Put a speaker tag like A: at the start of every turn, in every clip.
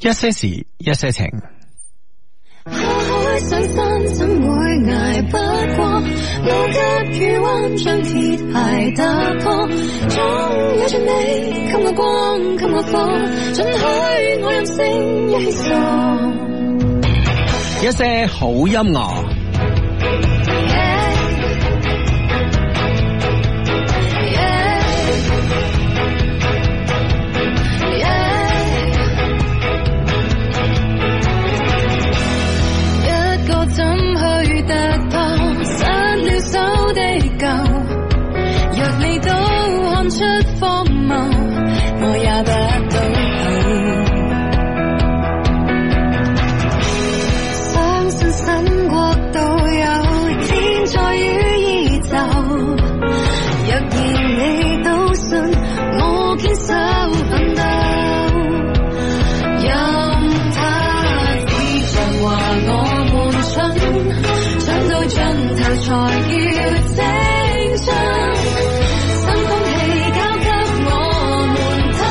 A: 一些事，一些情。
B: 下海上山怎會捱不過？路急雨彎，將鐵鞋打破。總有著你，給我光，給我火，准許我任性，一起傻。
A: 一些好音樂，
B: 一個怎去突破？失了手的舊，若你都看出荒謬，我也不倒氣。相信新國度有天在與宇宙，若然你都信，我堅守奮鬥。任他指著話我們蠢，蠢到盡頭才叫青春。新風氣交給我們推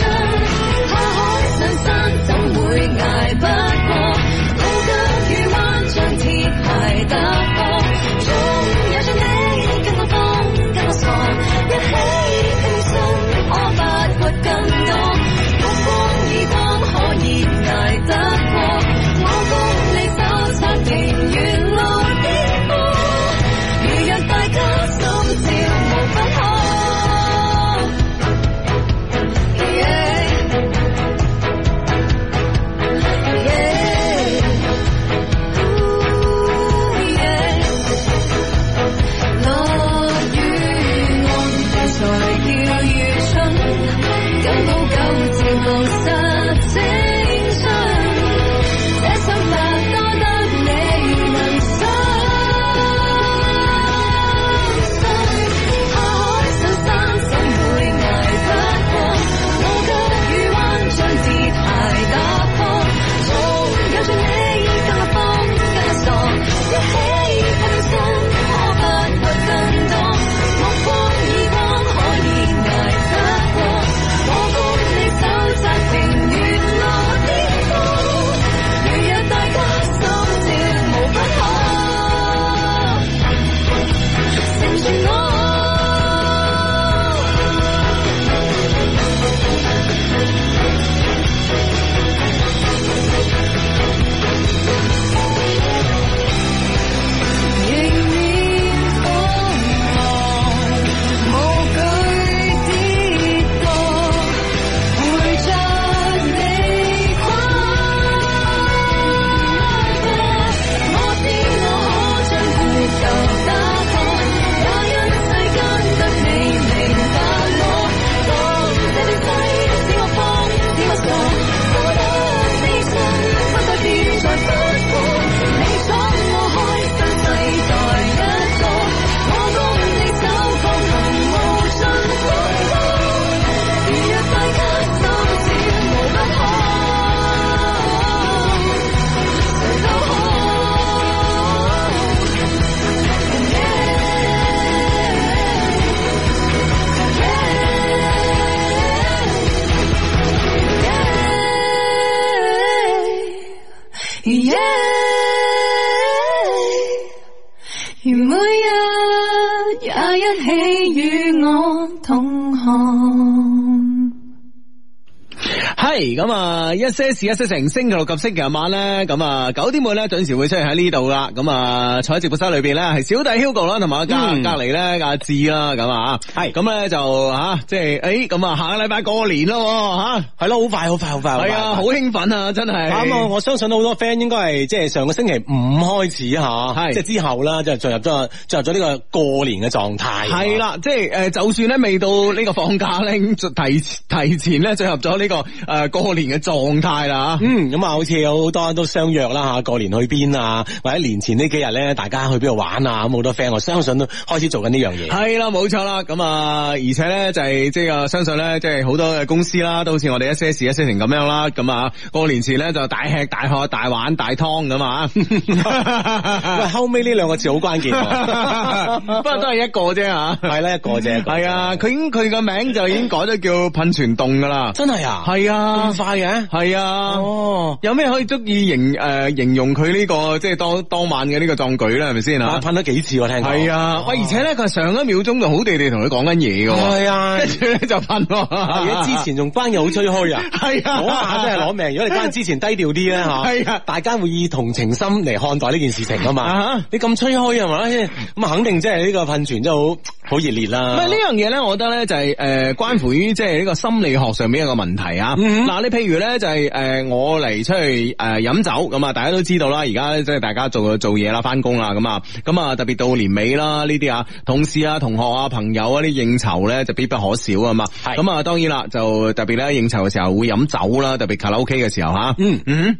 B: 進，下海上山怎會捱不過？路急雨彎，將鐵鞋打破。總有著你，跟我瘋，跟我傻，一起。我發掘更多，目光以光可以捱得過。我幫你手擦平沿路的波，如若大家心照無不可。Yeah. Yeah. Ooh, yeah. 落雨安定才叫愚蠢，感到糾結無實青春。這想法多得你能相信，下海上山怎會捱不過？我急雨彎將鐵鞋打破，總有著你跟我瘋跟我傻，一起分身。我發掘更多，目光以光可以捱得過。我幫你手摘平沿路的風，如若大家心照無不可，成全我。迎面風浪，無懼跌宕，陪着你跨過。我知我可將血球打破，也因世間得你明白我。當這段世使我瘋，使我傻，多得你真，不再跌在不過。你闖我開，新世代一個，我共你走過行無盡風波。如若大家心照無不可，誰都可。Yeah. 如每日也一起與我同行。
A: 係咁啊！一些事，一些情，星期六及星期日晚咧，咁啊九點半咧準時會出現喺呢度啦。咁啊坐喺直播室裏邊咧，係小弟 Hugo 啦，同埋隔
C: 嗯
A: 隔籬咧阿志啦，咁啊係咁咧就吓，即係誒咁啊下個禮拜過年咯吓。
C: 係咯，好快，好快，好快，
A: 係啊，好
C: 好
A: 興奮啊！真係
C: 快。啱啊！我相信好多 friend 應該係即係上個星期五開始吓，
A: 係
C: 即係之後啦，就進入咗進入咗呢個過年嘅狀態。啊
A: 係，啦，即係誒，就算咧未到呢個放假咧，已經提提前咧進入咗呢個誒诶过年嘅狀態啦吓。
C: 嗯，咁啊，好似有好多人都相約啦吓，過年去邊啊，或者年前呢幾日咧，大家去邊度玩啊，咁好多 friend，我相信都開始做緊呢樣嘢。
A: 系啦，冇錯啦，咁啊，而且咧就係即係相信咧，即係好多嘅公司啦，都好似我哋一些事一些情咁樣啦，咁啊，過年前咧就大吃大喝、大玩大湯咁
C: 喂，
A: 啊，
C: 後尾呢兩個字好關 鍵喎，
A: 不過都係一個啫吓，
C: 係啦，一個啫，一個
A: 係啊，佢已經佢個名就已經改咗叫噴泉洞噶啦，
C: 真係啊，
A: 係啊
C: 咁，快嘅，
A: 係啊。
C: 哦。
A: 有咩可以足以形诶、呃形容佢呢、個即係當當晚嘅呢個壯舉咧？係咪先
C: 啊，哦
A: 啊？
C: 噴咗幾次我聽講。
A: 係啊，喂！而且咧，佢係上一秒鐘就好地地同佢講緊嘢嘅喎，
C: 係 啊
A: 跟住咧就噴喎。
C: 而
A: 而
C: 且之前仲關嘢好吹噓啊，
A: 係啊
C: 嗰下真係攞命。如果你關之前低調啲咧吓，
A: 係啊
C: 大家會以同情心嚟看待呢件事情哎啊
A: 啊哈
C: 嘛。你咁吹噓係咪？咁啊肯定即係呢個噴泉真係好好熱烈
A: 唔
C: 啦。
A: 係呢樣嘢咧，我覺得咧就係、誒、呃關乎於即係呢個心理學上面一個問題啊。嗱、
C: 嗯
A: 你譬如咧就係、誒、我嚟出去誒、飲酒咁啊，大家都知道啦，而家即係大家做做嘢啦，翻工啦咁啊，咁啊特別到年尾啦呢啲啊，同事啊、同學啊、朋友啊啲應酬咧就必不可少啊嘛。
C: 係
A: 咁啊，當然啦，就特別咧應酬嘅時候會飲酒啦，特別卡拉 OK 嘅時候嚇。
C: 嗯
A: 嗯哼。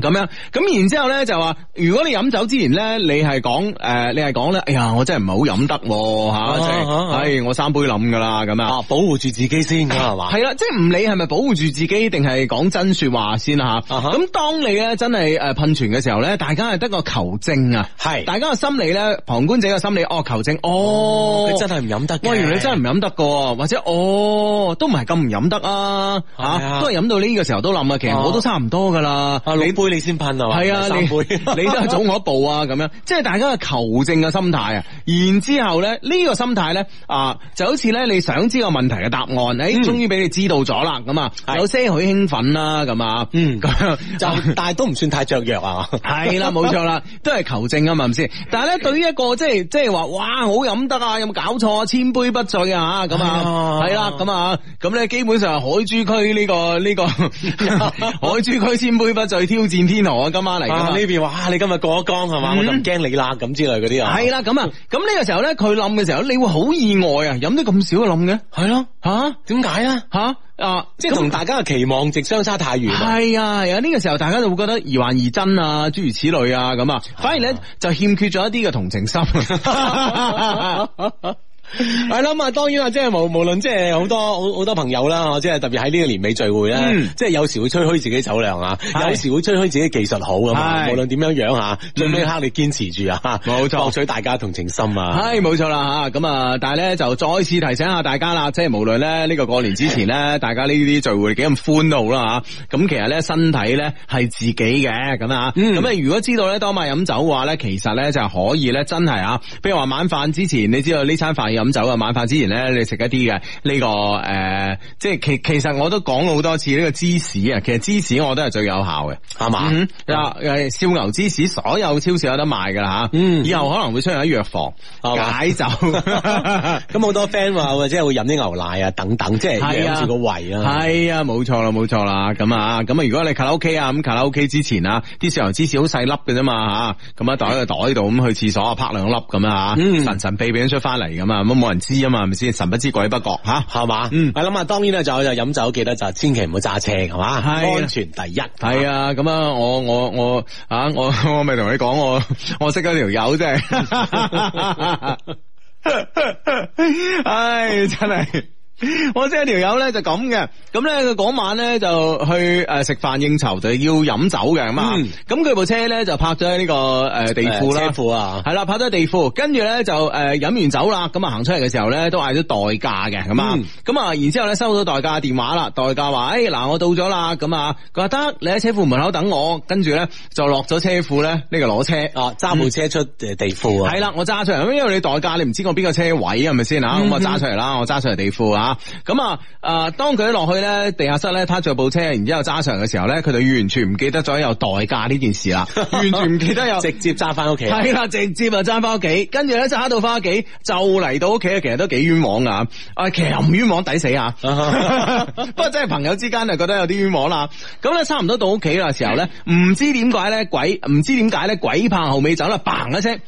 A: 咁樣，咁然之後咧就話，如果你飲酒之前咧，你係講诶，你係講咧，哎呀，我真係唔係好飲得喎吓，即
C: 啊啊
A: 係唉我三杯冧噶啦咁啊。
C: 啊，保護住自己先㗎係嘛？
A: 係啦，即係唔理係咪保護住自己，定係講真说話先啦吓。
C: 啊哈
A: 咁當你咧真係诶噴泉嘅時候咧，大家係得個求證啊，
C: 係
A: 大家嘅心理咧，旁觀者嘅心理，哦求證，哦，
C: 佢真係唔飲得嘅。
A: 喂，原來你真係唔飲得噶，或者哦，都唔係咁唔飲得啊，吓、
C: 係啊
A: 都係飲到呢個時候都冧啊，其實
C: 哦
A: 我都差唔多噶啦，
C: 啊，老杯你先噴係嘛？
A: 係啊，
C: 三
A: 你
C: 杯
A: 你都係早我一步啊，咁樣，即係大家嘅求證嘅心態啊。然之後咧，呢、個心態咧啊，就好似咧你想知個問題嘅答案，誒、
C: 嗯
A: 終於俾你知道咗啦，咁啊，
C: 係
A: 有些許興奮啦，咁啊，
C: 嗯
A: 咁樣
C: 就但係都唔算太雀躍 啊。
A: 系 啦，冇錯啦，都係求證啊嘛，係咪先？但係咧，對於一個即係即系话，哇，好飲得啊，有冇搞錯啊？千杯不醉啊，咁啊，
C: 係啊
A: 係啦，咁啊，咁咧基本上係海珠區呢、個呢、個 海珠區千杯不醉挑戰天河啊，今晚嚟噶
C: 啊
A: 嘛
C: 呢。邊話啊你今日過咗江係嘛？
A: 嗯
C: 我就唔驚你啦咁之類嗰啲啊。
A: 係啦，咁啊，咁呢個時候咧，佢冧嘅時候，你會好意外啊！飲得咁少嘅冧嘅，
C: 係咯，
A: 吓
C: 點解咧？
A: 吓啊！
C: 即係同大家嘅期望值相差太遠啊。
A: 係啊，係啊，呢、個時候大家就會覺得疑幻疑真啊，諸如此類啊，咁啊，反而咧就欠缺咗一啲嘅同情心。啊
C: 系啦，咁啊，當然啦，即係無無論即係好多好好多朋友啦，即係特別喺呢個年尾聚會咧，
A: 嗯
C: 即係有時會吹噓自己酒量啊，有時會吹噓自己技術好咁啊嘛，
A: 係
C: 無論點樣樣吓，啊最尾一刻你堅持住啊，
A: 嗯冇錯
C: 博取大家同情心啊，
A: 系冇錯啦吓，咁啊，但係咧就再次提醒下大家啦，即係無論咧呢個過年之前咧，大家呢啲聚會幾咁歡度啦吓，咁其實咧身體咧係自己嘅咁啊，
C: 嗯
A: 咁啊如果知道咧當晚飲酒嘅話咧，其實咧就係可以咧真係啊，譬如話晚飯之前，你知道呢餐飯要飲酒啊，晚飯之前咧你食一啲嘅呢個诶、呃即係其其實我都講過好多次呢個芝士啊，其實芝士我覺得係最有效嘅。
C: 係嘛，
A: 嗯，啊誒燒牛芝士，所有超市有得賣噶啦嚇。
C: 嗯
A: 以後可能會出現喺藥房
C: 係嘛
A: 解酒。
C: 咁好多 friend 話或者會飲啲牛奶啊等等，即係
A: 係啊
C: 養住個胃啊，
A: 係啊，冇錯啦，冇錯啦，咁啊，咁啊，如果你卡拉 OK 啊，咁卡拉 OK 之前啊，啲豉油芝士好細粒嘅啫嘛吓，咁啊袋喺個袋度咁去廁所啊拍兩粒咁啊
C: 嗯
A: 神神秘秘咁出翻嚟咁啊，咁冇人知啊嘛，係咪先？神不知鬼不覺吓。
C: 係嘛，
A: 嗯
C: 係啦咁啊，當然啦，就就飲酒記得就千祈唔好揸車係嘛，
A: 係啊
C: 安全第一，
A: 系啊，咁啊，我我我啊，我 我咪同你講，我我識嗰條友真係， 唉，真係。我識一條友咧就咁嘅，咁咧佢嗰晚咧就去诶食飯應酬，就要飲酒嘅咁啊
C: 嗯。
A: 咁佢部車咧就泊咗喺呢個诶地庫啦
C: 誒，車庫啊
A: 系啦，拍咗地庫，跟住咧就诶饮、完酒啦，咁啊行出嚟嘅時候咧都嗌咗代駕嘅，咁啊
C: 嗯，
A: 咁啊、然之后咧收到代駕電話啦，代駕話：，诶、嗱，我到咗啦，咁啊，佢話得，你喺車庫門口等我，跟住咧就落咗車庫咧，呢、個攞車。
C: 啊揸部車出誒地庫啊，
A: 係嗯啦，我揸出嚟，因為你代駕，你唔知我邊個車位係咪先啊？咁我揸出嚟啦，我揸出嚟地庫啊。咁啊，誒，當佢落去咧地下室咧，攤住部車，然之後揸上嘅時候咧，佢就完全唔記得咗有代駕呢件事 啦，完全唔記得有
C: 直接揸翻屋企啊。
A: 系啦，直接啊揸翻屋企，跟住咧揸到翻屋企就嚟到屋企，其實都幾冤枉噶。啊，其實唔冤枉抵死啊， 不過真係朋友之間就覺得有啲冤枉啦。咁咧差唔多到屋企啦時候咧，唔知點解咧鬼，唔知點解咧鬼拍後尾走啦，嘭一聲。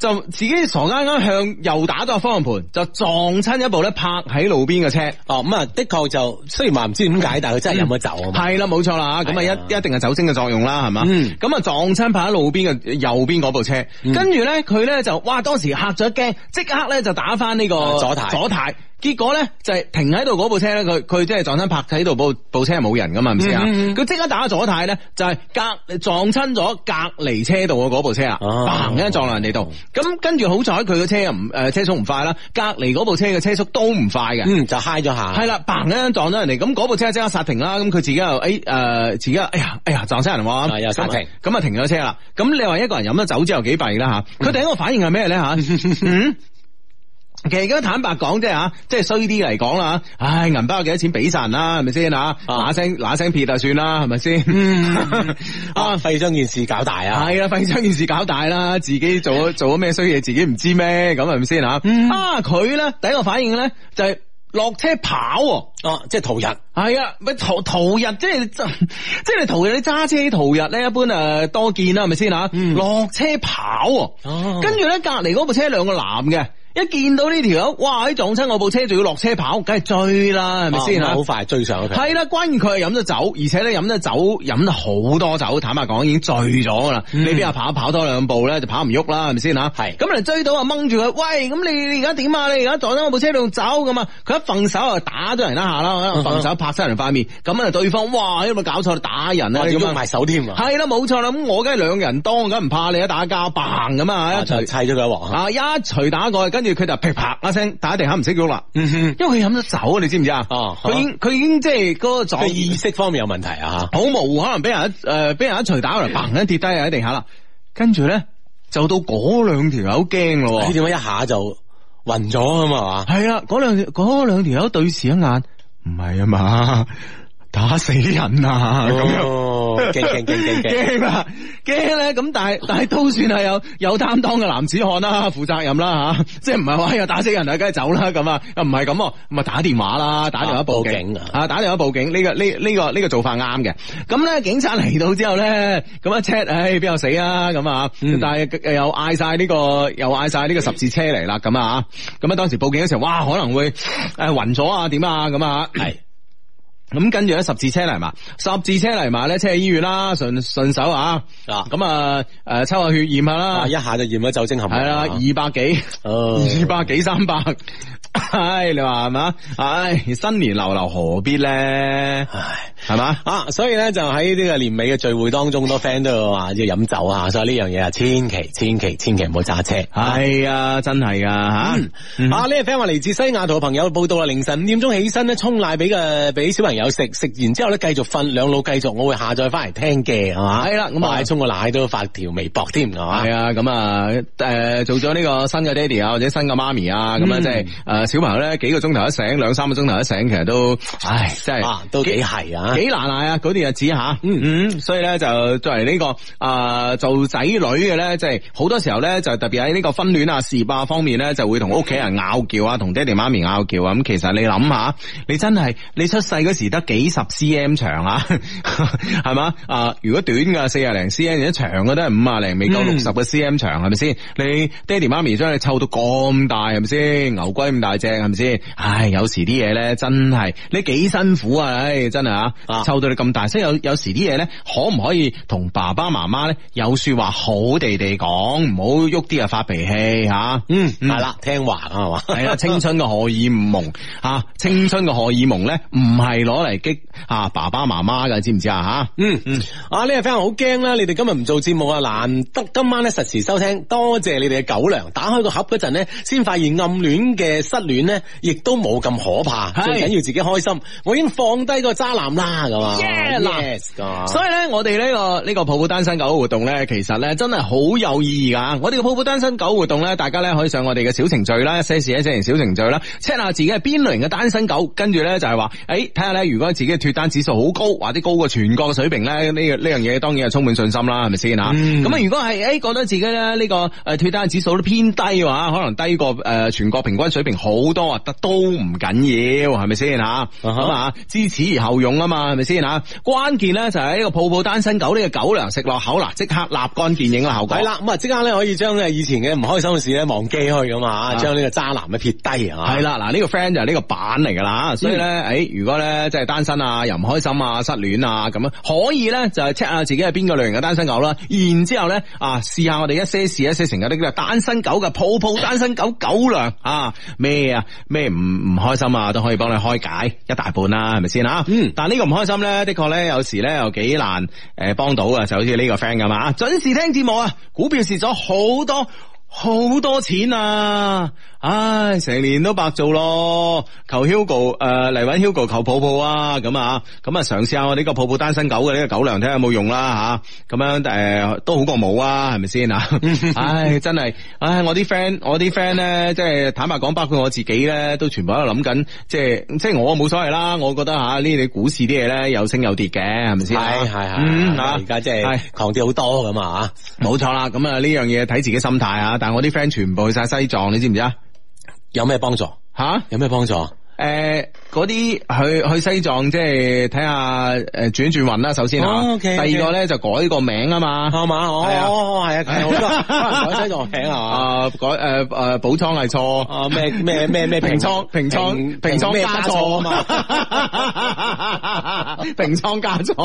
A: 就自己傻啱啱向右打咗個方向盤，就撞親一部咧泊喺路邊嘅車。
C: 哦，咁啊，的確就雖然話唔知點解，但係佢真係飲咗酒啊嘛。
A: 係啦，冇錯啦，咁啊
C: 係啊
A: 一一定係酒精嘅作用啦，係嘛？
C: 嗯
A: 咁啊撞親泊喺路邊嘅呃右邊嗰部車，
C: 嗯
A: 跟住咧佢咧就哇當時嚇咗一驚，即刻咧就打翻呢個
C: 啊左軚
A: 左軚。結果咧就係、停喺度嗰部車咧，佢佢即係撞親泊喺度部部車係冇人噶嘛，係咪先啊？
C: 嗯嗯嗯
A: 佢即刻打左軚咧，就係、隔撞親咗隔離車道嘅嗰部車啊，
C: 哦
A: 嘭一撞落人哋度。咁跟住好彩佢個車又唔誒車速唔快啦，隔離嗰部車嘅車速都唔快嘅。
C: 嗯，就嗨咗下。
A: 系啦，bang 一聲撞咗人哋，咁嗰部車即刻剎停啦，咁佢自己又誒誒，自己又哎呀哎呀撞死人喎，
C: 係又剎停
A: 咁啊停咗車啦。咁你話一個人飲咗酒之後幾弊啦 吓，佢第一個反應係咩咧吓？嗯其實而家坦白講啫吓，即係衰啲嚟講啦，唉，銀包有幾多錢俾晒人啦，係咪先吓？嗱聲嗱聲撇就算啦，係咪先？
C: 啊，
A: 啊，
C: 費將件事搞大啊！
A: 係啊，費將件事搞大啦，自己做 咗做咗咩衰嘢，自己唔知咩，咁係咪先吓？
C: 嗯
A: 啊，佢咧第一個反應咧就係落車跑喎。
C: 哦，即係逃人。
A: 系啊，咪逃逃日即系 即系你逃日，你揸車逃日咧，一般诶多見啦，係咪先吓？落車跑喎，
C: 哦
A: 跟住咧隔離嗰部車兩個男嘅，一見到呢條友，哇！一撞親我部車，仲要落車跑，梗係追啦，係咪先
C: 哦咁啊
A: 吓
C: 好？快追上咗佢。
A: 係啦，關鍵佢係飲咗酒，而且咧飲咗酒飲得好多酒，坦白講已經醉咗噶啦。
C: 嗯
A: 你邊有跑跑多兩步咧，就跑唔喐啦，係咪先吓？
C: 係
A: 咁人追到啊，掹住佢，喂，咁你你而家點啊？你而家撞咗我部車度走咁啊？佢一揈手啊，打咗人一下啦，
C: 嗯
A: 揈手拍親人塊面，咁啊對方哇，有冇搞錯？打人啊？
C: 我
A: 你
C: 仲
A: 咁
C: 喐
A: 啊
C: 埋手添啊！
A: 係啦，冇錯啦，咁我梗係兩人當，梗唔怕你啊，打交棒咁啊，
C: 啊
A: 一
C: 就砌
A: 錘
C: 咗佢一鑊。
A: 啊一錘打過去，跟住佢就噼啪一聲打喺地下唔識喐啦。
C: 嗯哼，
A: 因為佢飲咗酒，你知唔知啊？
C: 哦
A: 佢已經佢已經即係嗰個
C: 佢
A: 狀
C: 意識方面有問題啊！
A: 好模糊，可能俾人一诶俾、人一捶打落嚟，嘭一跌低喺地下啦。跟住咧就到嗰兩條友驚咯
C: 嚇，哦你
A: 喎，
C: 點解一下就暈咗啊嘛？
A: 係啦，嗰兩嗰兩條友對視一眼，唔係啊嘛，打死人啊咁樣。
C: 哦，勁勁勁勁勁！
A: 驚啦，驚咧咁，但係但係都算係有有擔當嘅男子漢啦，負責任啦吓，即係唔係話又打死人啊，梗係走啦咁啊，又唔係咁喎，咁啊打電話啦，打電話
C: 啊
A: 報
C: 報
A: 警
C: 警啊
A: 啊，打電話報警呢個呢呢個呢個做法啱嘅。咁咧警察嚟到之後咧，咁一 check，唉邊有死啊咁啊，
C: 嗯
A: 但係又嗌晒呢個又嗌晒呢個十字車嚟啦咁啊，咁啊當時報警嘅時候，哇可能會誒暈咗啊點啊咁啊，
C: 係。
A: 咁跟住咧十字車嚟埋，十字車嚟埋咧，車去醫院啦，順順手啊，
C: 啊
A: 咁啊誒抽下血驗下啦
C: 啊！一，下就驗咗酒精含
A: 係啦，
C: 量。啊
A: 二百幾，
C: 哦
A: 二百幾三百，唉，你話係嘛？唉，新年流流何必咧？
C: 唉
A: 係嘛？
C: 啊，所以咧就喺呢個年尾嘅聚會當中，好多 friend 都有話要飲酒啊，所以呢樣嘢啊，千祈千祈千祈唔好揸車。
A: 係啊，真係噶吓，嗯
C: 啊！呢個 friend 話嚟自西雅圖嘅朋友報道啦，凌晨五點鐘起身咧，沖奶俾嘅俾小朋友食，食完之後咧繼續瞓，兩老繼續，我會下載翻嚟聽嘅，係嘛？
A: 係啦咁啊
C: 哇沖個奶都發條微博添，係嘛
A: 係？啊，咁啊，诶，做咗呢個新嘅爹哋啊，或者新嘅媽咪啊，咁啊，
C: 嗯
A: 即係诶，小朋友咧幾個鐘頭一醒，兩三個鐘頭一醒，其實都，唉，真係
C: 啊，都幾係啊！
A: 幾難捱啊！嗰啲日子吓，嗯嗯，所以咧就作為呢、個啊、做仔女嘅咧，即係好多時候咧就特別喺呢個婚戀啊、事業啊方面咧，就會同屋企人拗撬啊，同爹哋媽咪拗撬啊。咁其實你諗下，你真係你出世嗰時得幾十 cm 長啊， 係嘛啊？如果短嘅四廿零 cm，而家長嘅都係五啊零，未夠
C: 嗯
A: 六十嘅 cm 長，係咪先？你爹哋媽咪將你湊到咁大，係咪先？牛龜咁大隻，係咪先？唉，有時啲嘢咧真係你幾辛苦啊！唉，真係啊
C: 啊，
A: 湊到你咁大，所以有有時啲嘢咧，可唔可以同爸爸媽媽咧有說話好地地講，唔好喐啲啊發脾氣吓。
C: 嗯，係啦，聽話啊，係嘛？
A: 系啦，青春嘅荷爾蒙啊，青春嘅荷爾蒙咧，唔係攞嚟激啊爸爸媽媽嘅，知唔知啊？
C: 嗯嗯，啊呢個 friend 好驚啦！你哋今日唔做節目啊，難得今晚咧實時收聽，多謝你哋嘅狗糧。打開個盒嗰陣咧，先發現暗戀嘅失戀咧，亦都冇咁可怕。
A: 係
C: 最緊要自己開心。我已經放低個渣男啦，咁啊
A: Yeah，嗱
C: yes 咁啊
A: 所以咧，我哋呢、個呢、個抱抱單身狗活動咧，其實咧真係好有意義噶。我哋嘅抱抱單身狗活動咧，大家咧可以上我哋嘅小程序啦，一些事一些情小程序啦，check 下自己係邊類型嘅單身狗，跟住咧就係話，诶睇下咧，如果自己嘅脱單指數好高，或者高過全國嘅水平咧，呢呢樣嘢當然係充滿信心啦，係咪先吓？
C: 嗯
A: 咁啊、如果係呃诶覺得自己咧呢、個诶脱單指數都偏低嘅話，可能低過诶全國平均水平好好多啊，都唔緊要，係咪先吓？
C: 哈
A: 咁啊，知恥而後勇啊嘛，係咪先吓？關鍵咧就係呢個泡泡單身狗呢個狗糧食落口啦，即刻立竿見影啦，效果
C: 系。啦，咁啊即刻咧可以將咧以前嘅唔開心嘅事咧忘記去咁啊，
A: 啊
C: 將呢個渣男咧撇低啊，嗯
A: 系啦，嗱呢個 friend 就係呢個版嚟噶啦，所以咧，诶、如果咧即係單身啊，又唔開心啊，失戀啊咁樣，可以咧就係 check 下自己係邊個類型嘅單身狗啦，然之后咧啊試下我哋一些事一些情嗰啲叫單身狗嘅泡 泡單身狗狗糧啊，咩啊咩唔唔開心啊都可以幫你開解一大半啦，係咪先啊？
C: 嗯
A: 但呢個唔開心咧，的確咧有時咧又幾難诶帮到啊，就好似呢個 friend 咁啊，準時聽節目啊，股票蝕咗好多。好多錢啊！唉，成年都白做咯。求 Hugo 誒、嚟揾 Hugo 求抱抱啊！咁啊，咁啊嘗試下我呢個抱抱單身狗嘅呢個狗糧睇下有冇用啦吓。咁、樣誒、都好過冇啊，係咪先 啊？唉，真係唉，我啲 friend 我啲 friend 咧，即係坦白講，包括我自己咧，都全部喺度諗緊，即係即係我冇所謂啦。我覺得吓呢啲股市啲嘢咧有升有跌嘅，係咪
C: 係
A: 先啊？
C: 係係，
A: 嗯啊
C: 而家即
A: 係
C: 係狂跌好多咁啊，
A: 冇錯啦，咁啊呢樣嘢睇自己心態啊。但係我啲 friend 全部去晒西藏，你知唔知啊？
C: 有咩幫助？
A: 吓，
C: 有咩幫助？
A: 诶，嗰啲去去西藏即係睇下诶轉一轉運啦，首先
C: 哦
A: 吓。
C: ，OK，OK
A: 第二個咧就改個名啊嘛。
C: 係嘛？
A: 係啊
C: 哦，係啊，係好多可能改西藏名係嘛？
A: 啊，改诶诶補倉係錯，
C: 啊咩咩咩咩
A: 哦平倉平倉平倉
C: 咩
A: 加
C: 錯啊
A: 錯啊嘛， 平倉加錯。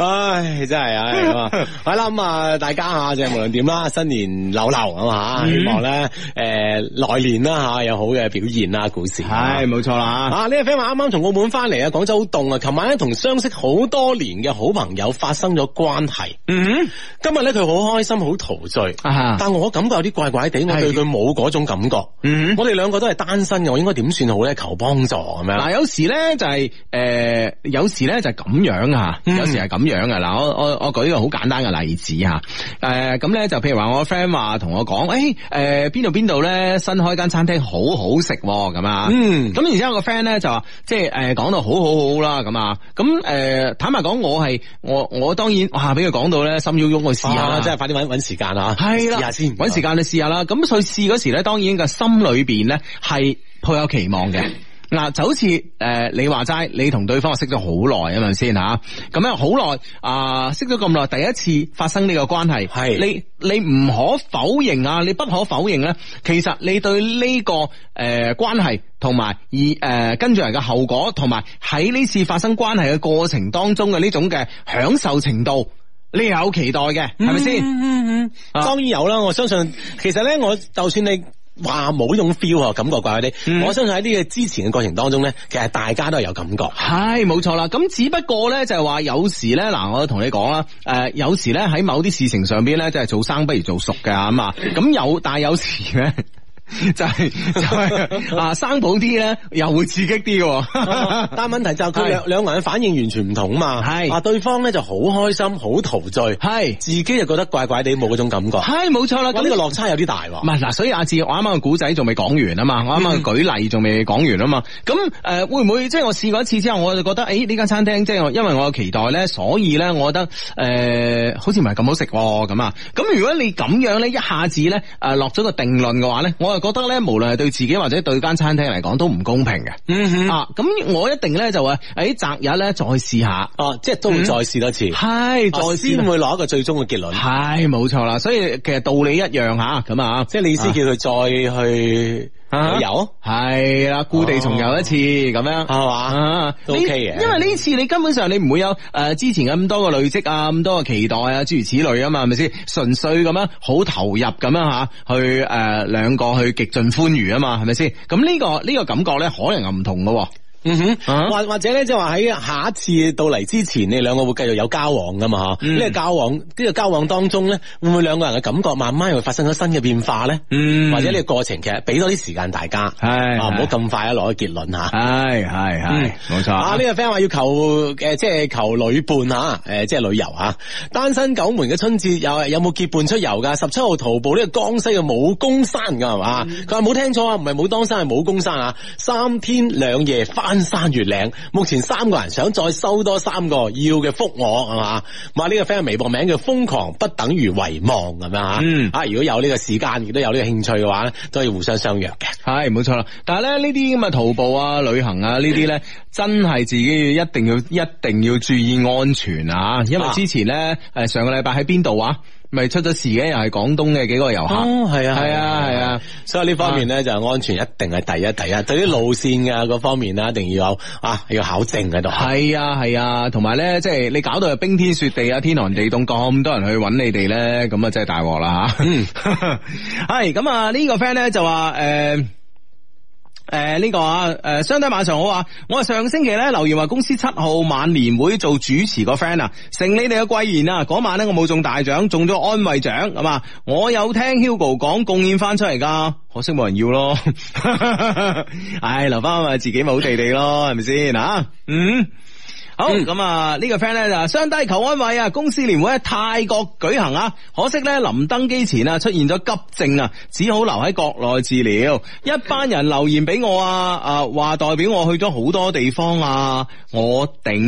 C: 唉，真系啊，咁啊， 系啦，咁啊，大家吓就係無論點啦，新年流流咁啊，
A: 嗯
C: 希望咧诶來年啦吓有好嘅表現啦，股市
A: 係冇錯啦
C: 啊！呢、個 friend 話啱啱從澳門翻嚟啊，廣州好凍啊！琴晚咧同相識好多年嘅好朋友發生咗關係，
A: 嗯
C: 今日咧佢好開心，好陶醉，
A: 啊
C: 但我感覺有啲怪怪地，我對佢冇嗰種感覺。
A: 嗯。
C: 我哋兩個都係單身嘅，我應該點算好咧？求幫助咁樣。
A: 嗱，有時咧就係呃有時咧就係咁樣啊，
C: 嗯
A: 有時係咁樣嘅。嗱，我我我舉一個好簡單嘅例子嚇，誒咁咧就譬如話我 friend 話同我講，誒誒邊度邊度咧新開間餐廳好好食喎咁啊，
C: 嗯
A: 咁然之後個 friend 咧就話，即係誒講到好好好啦咁啊，咁誒坦白講，我係我我當然哇俾佢講到咧心喐喐，我試下
C: 啊
A: 啦，
C: 真係快啲揾揾時間啊！
A: 系啦，
C: 試下先
A: 搵時間你試下啦。咁佢試嗰時咧，當然個心裏邊咧係抱有期望嘅。嗱，就好似誒、呃你話齋，你同對方係識咗好耐啊，係咪先嚇？咁樣好耐啊，識咗咁耐，第一次發生呢個關係，
C: 係
A: 你你唔可否認啊，你不可否認咧，其實你對呢、個誒、呃、關係同埋而誒跟住嚟嘅後果，同埋喺呢次發生關係嘅過程當中嘅呢種嘅享受程度，你係有期待嘅，係咪先？
C: 啊嗯嗯
A: 啊
C: 嗯，當然有啦。我相信，其實咧，我就算你。話冇呢種 feel 啊，感覺怪怪啲。
A: 嗯
C: 我相信喺呢個之前嘅過程當中咧，其實大家都係有感 覺。
A: 系冇錯啦，咁只不過咧就係話有時咧嗱，我同你講啦，诶、有時咧喺某啲事情上邊咧，即係做生不如做熟嘅啊嘛，咁有但係有時咧。 就係就係啊，生保啲咧又會刺激啲喎。
C: 但問題就係佢兩兩個人反應完全唔同嘛。
A: 係
C: 啊，對方咧就好開心，好陶醉，
A: 係
C: 自己就覺得怪怪地冇嗰種感覺。哇！
A: 係冇錯啦，咁
C: 呢個
A: 呢
C: 落差有啲大
A: 唔
C: 喎。
A: 係嗱，所以阿志，我啱啱個古仔仲未講完啊嘛，我
C: 嗯
A: 啱啱個舉例仲未講完啊嘛。咁誒、呃、會唔會即係我試過一次之後，我就覺得誒呢間餐廳即係我因為我有期待咧，所以咧我覺得誒、呃好似唔係咁好食喎咁啊。咁如果你咁樣咧一下子咧誒落咗個定論嘅話咧，我就覺得咧無論係對自己或者對間餐廳嚟講都唔公平嘅。
C: 嗯哼，
A: 啊，咁我一定咧就話誒擇日咧再試下，
C: 哦，即係都會再試多
A: 嗯
C: 次，
A: 係
C: 啊
A: 再
C: 先
A: 先。
C: 會攞一個最終嘅結論。
A: 係冇錯啦，所以其實道理一樣吓，咁啊，
C: 即係你意思叫佢再去
A: 啊
C: 旅遊，
A: 系啦，故地重遊一次咁、樣
C: 係嘛？
A: 啊
C: 哦都
A: 呢
C: OK 嘅
A: 因為呢次你根本上你唔會有诶、呃之前咁多嘅累積啊，咁多嘅期待啊，諸如此類啊嘛，係咪先？純粹咁樣好投入咁樣吓，去诶两、個去極盡歡愉啊嘛，係咪先？咁呢、個呢、個感覺咧，可能又唔同嘅喎。
C: 嗯哼，
A: 啊
C: 或或者咧，即係話喺下一次到嚟之前，你兩個會繼續有交往噶嘛？嗬、
A: 嗯
C: 呢個交往呢、個交往當中咧，會唔會兩個人嘅感覺慢慢又會發生咗新嘅變化咧？
A: 嗯
C: 或者呢個過程其實俾多啲時間大家，
A: 係
C: 啊，唔好
A: 係
C: 咁快啊攞個結論吓。
A: 係係係，冇錯
C: 啊！
A: 啊
C: 呢、個 friend 話要求诶、呃即係求旅伴吓，诶、即係旅遊吓。單身九門嘅春節有有冇結伴出遊噶？十七號徒步呢個江西嘅武功山噶係嘛？佢話冇聽錯啊，唔係武當山，係武功山啊！三天兩夜花翻山越嶺。目前三個人想再收多三個，要嘅覆我係嘛？哇！呢、個 friend 微博名叫瘋狂不等於遺忘咁樣吓。
A: 嗯
C: 啊，如果有呢個時間，亦都有呢個興趣嘅話咧，都可以互相相約嘅。
A: 係冇錯啦，但係咧呢啲咁嘅徒步啊、旅行啊呢啲咧，真係自己要一定要一定要注意安全啊！因為
C: 啊
A: 之前咧，誒上個禮拜喺邊度啊，咪出咗事嘅，又係廣東嘅幾個遊客。
C: 哦，係啊，
A: 係啊係啊，
C: 所以呢方面咧就安全一定係第一第一，對啲路線啊嗰方面咧一定要有啊要考證喺度。
A: 係啊係啊，同埋咧，即係你搞到係冰天雪地啊，天寒地凍，咁多人去揾你哋咧，咁啊真係大鑊啦吓。
C: 嗯
A: 係咁啊，呢個 friend 咧就話诶。誒誒呢、個啊誒、相低晚上好啊！我係上星期咧留言話公司七號晚年會做主持個 friend 啊，承你哋嘅貴言啊！嗰晚咧我冇中大獎，中咗安慰獎咁啊！我有聽 Hugo 講貢獻翻出嚟噶，可惜冇人要咯。 唉，留翻咪自己冇地地咯，係咪先啊？嗯。好咁啊！呢個 friend 咧就話相低求安慰啊！公司年會喺泰國舉行啊，可惜咧臨登機前啊出現咗急症啊，只好留喺國內治療。一班人留言俾我啊，啊話代表我去咗好多地方啊，我頂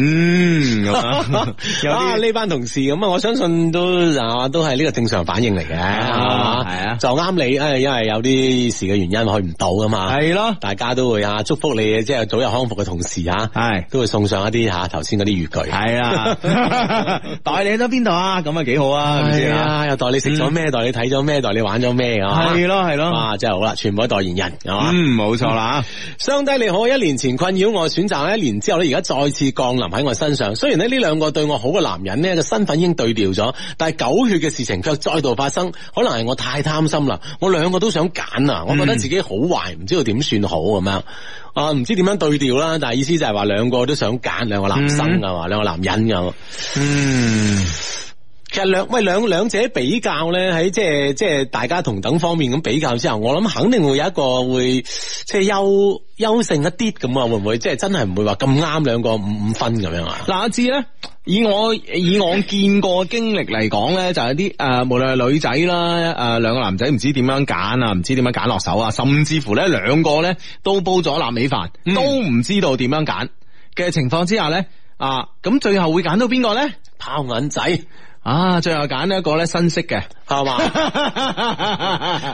A: 咁啊 有
C: 啊！
A: 啲
C: 呢班同事咁啊，我相信都啊都係呢個正常反應嚟嘅，係嘛
A: 係啊
C: 就啱你，誒，因為有啲事嘅原因去唔到啊嘛，
A: 係咯，
C: 大家都會啊祝福你，即係早日康復嘅同時啊，
A: 係
C: 都會送上一啲吓頭先嗰啲語句，
A: 係 啊，代你去咗邊度啊？咁啊幾好啊，係咪
C: 係
A: 先啊？
C: 啊，又代你食咗咩，代你睇咗咩，代你玩咗咩啊，
A: 係咯係咯，
C: 哇，真係好啦，全部都係代言人，係嘛。
A: 嗯，冇錯啦，
C: 相低你好，一年前困擾我選擇，一年之後咧，而家再次降臨喺我身上。雖然呢呢兩個對我好嘅男人呢個身份已經對調咗，但係狗血嘅事情卻再度發生。可能係我太貪心啦，我兩個都想揀啊，我覺得自己好壞，唔知道點算好咁樣。啊，唔知點樣對調啦，但係意思就係話兩個都想揀，兩個男生噶嘛，兩個男人噶嘛。
A: 嗯。
C: 其實兩喂兩兩者比較咧，喺即係即係大家同等方面咁比較之後，我諗肯定會有一個會即係優優勝一啲咁啊，會唔會即係真係唔會話咁啱兩個五五分咁樣 啊？
A: 嗱，阿志咧，以我以我見過嘅經歷嚟講咧，就係啲呃誒，無論係女仔啦，誒、兩個男仔唔知點樣揀啊，唔知點樣揀落手啊，甚至乎咧兩個咧都煲咗臘味飯，都唔知道點樣揀嘅情況之下咧，啊，咁最後會揀到邊個咧？
C: 泡銀仔
A: 啊，最後揀一個咧新式嘅，
C: 係嘛？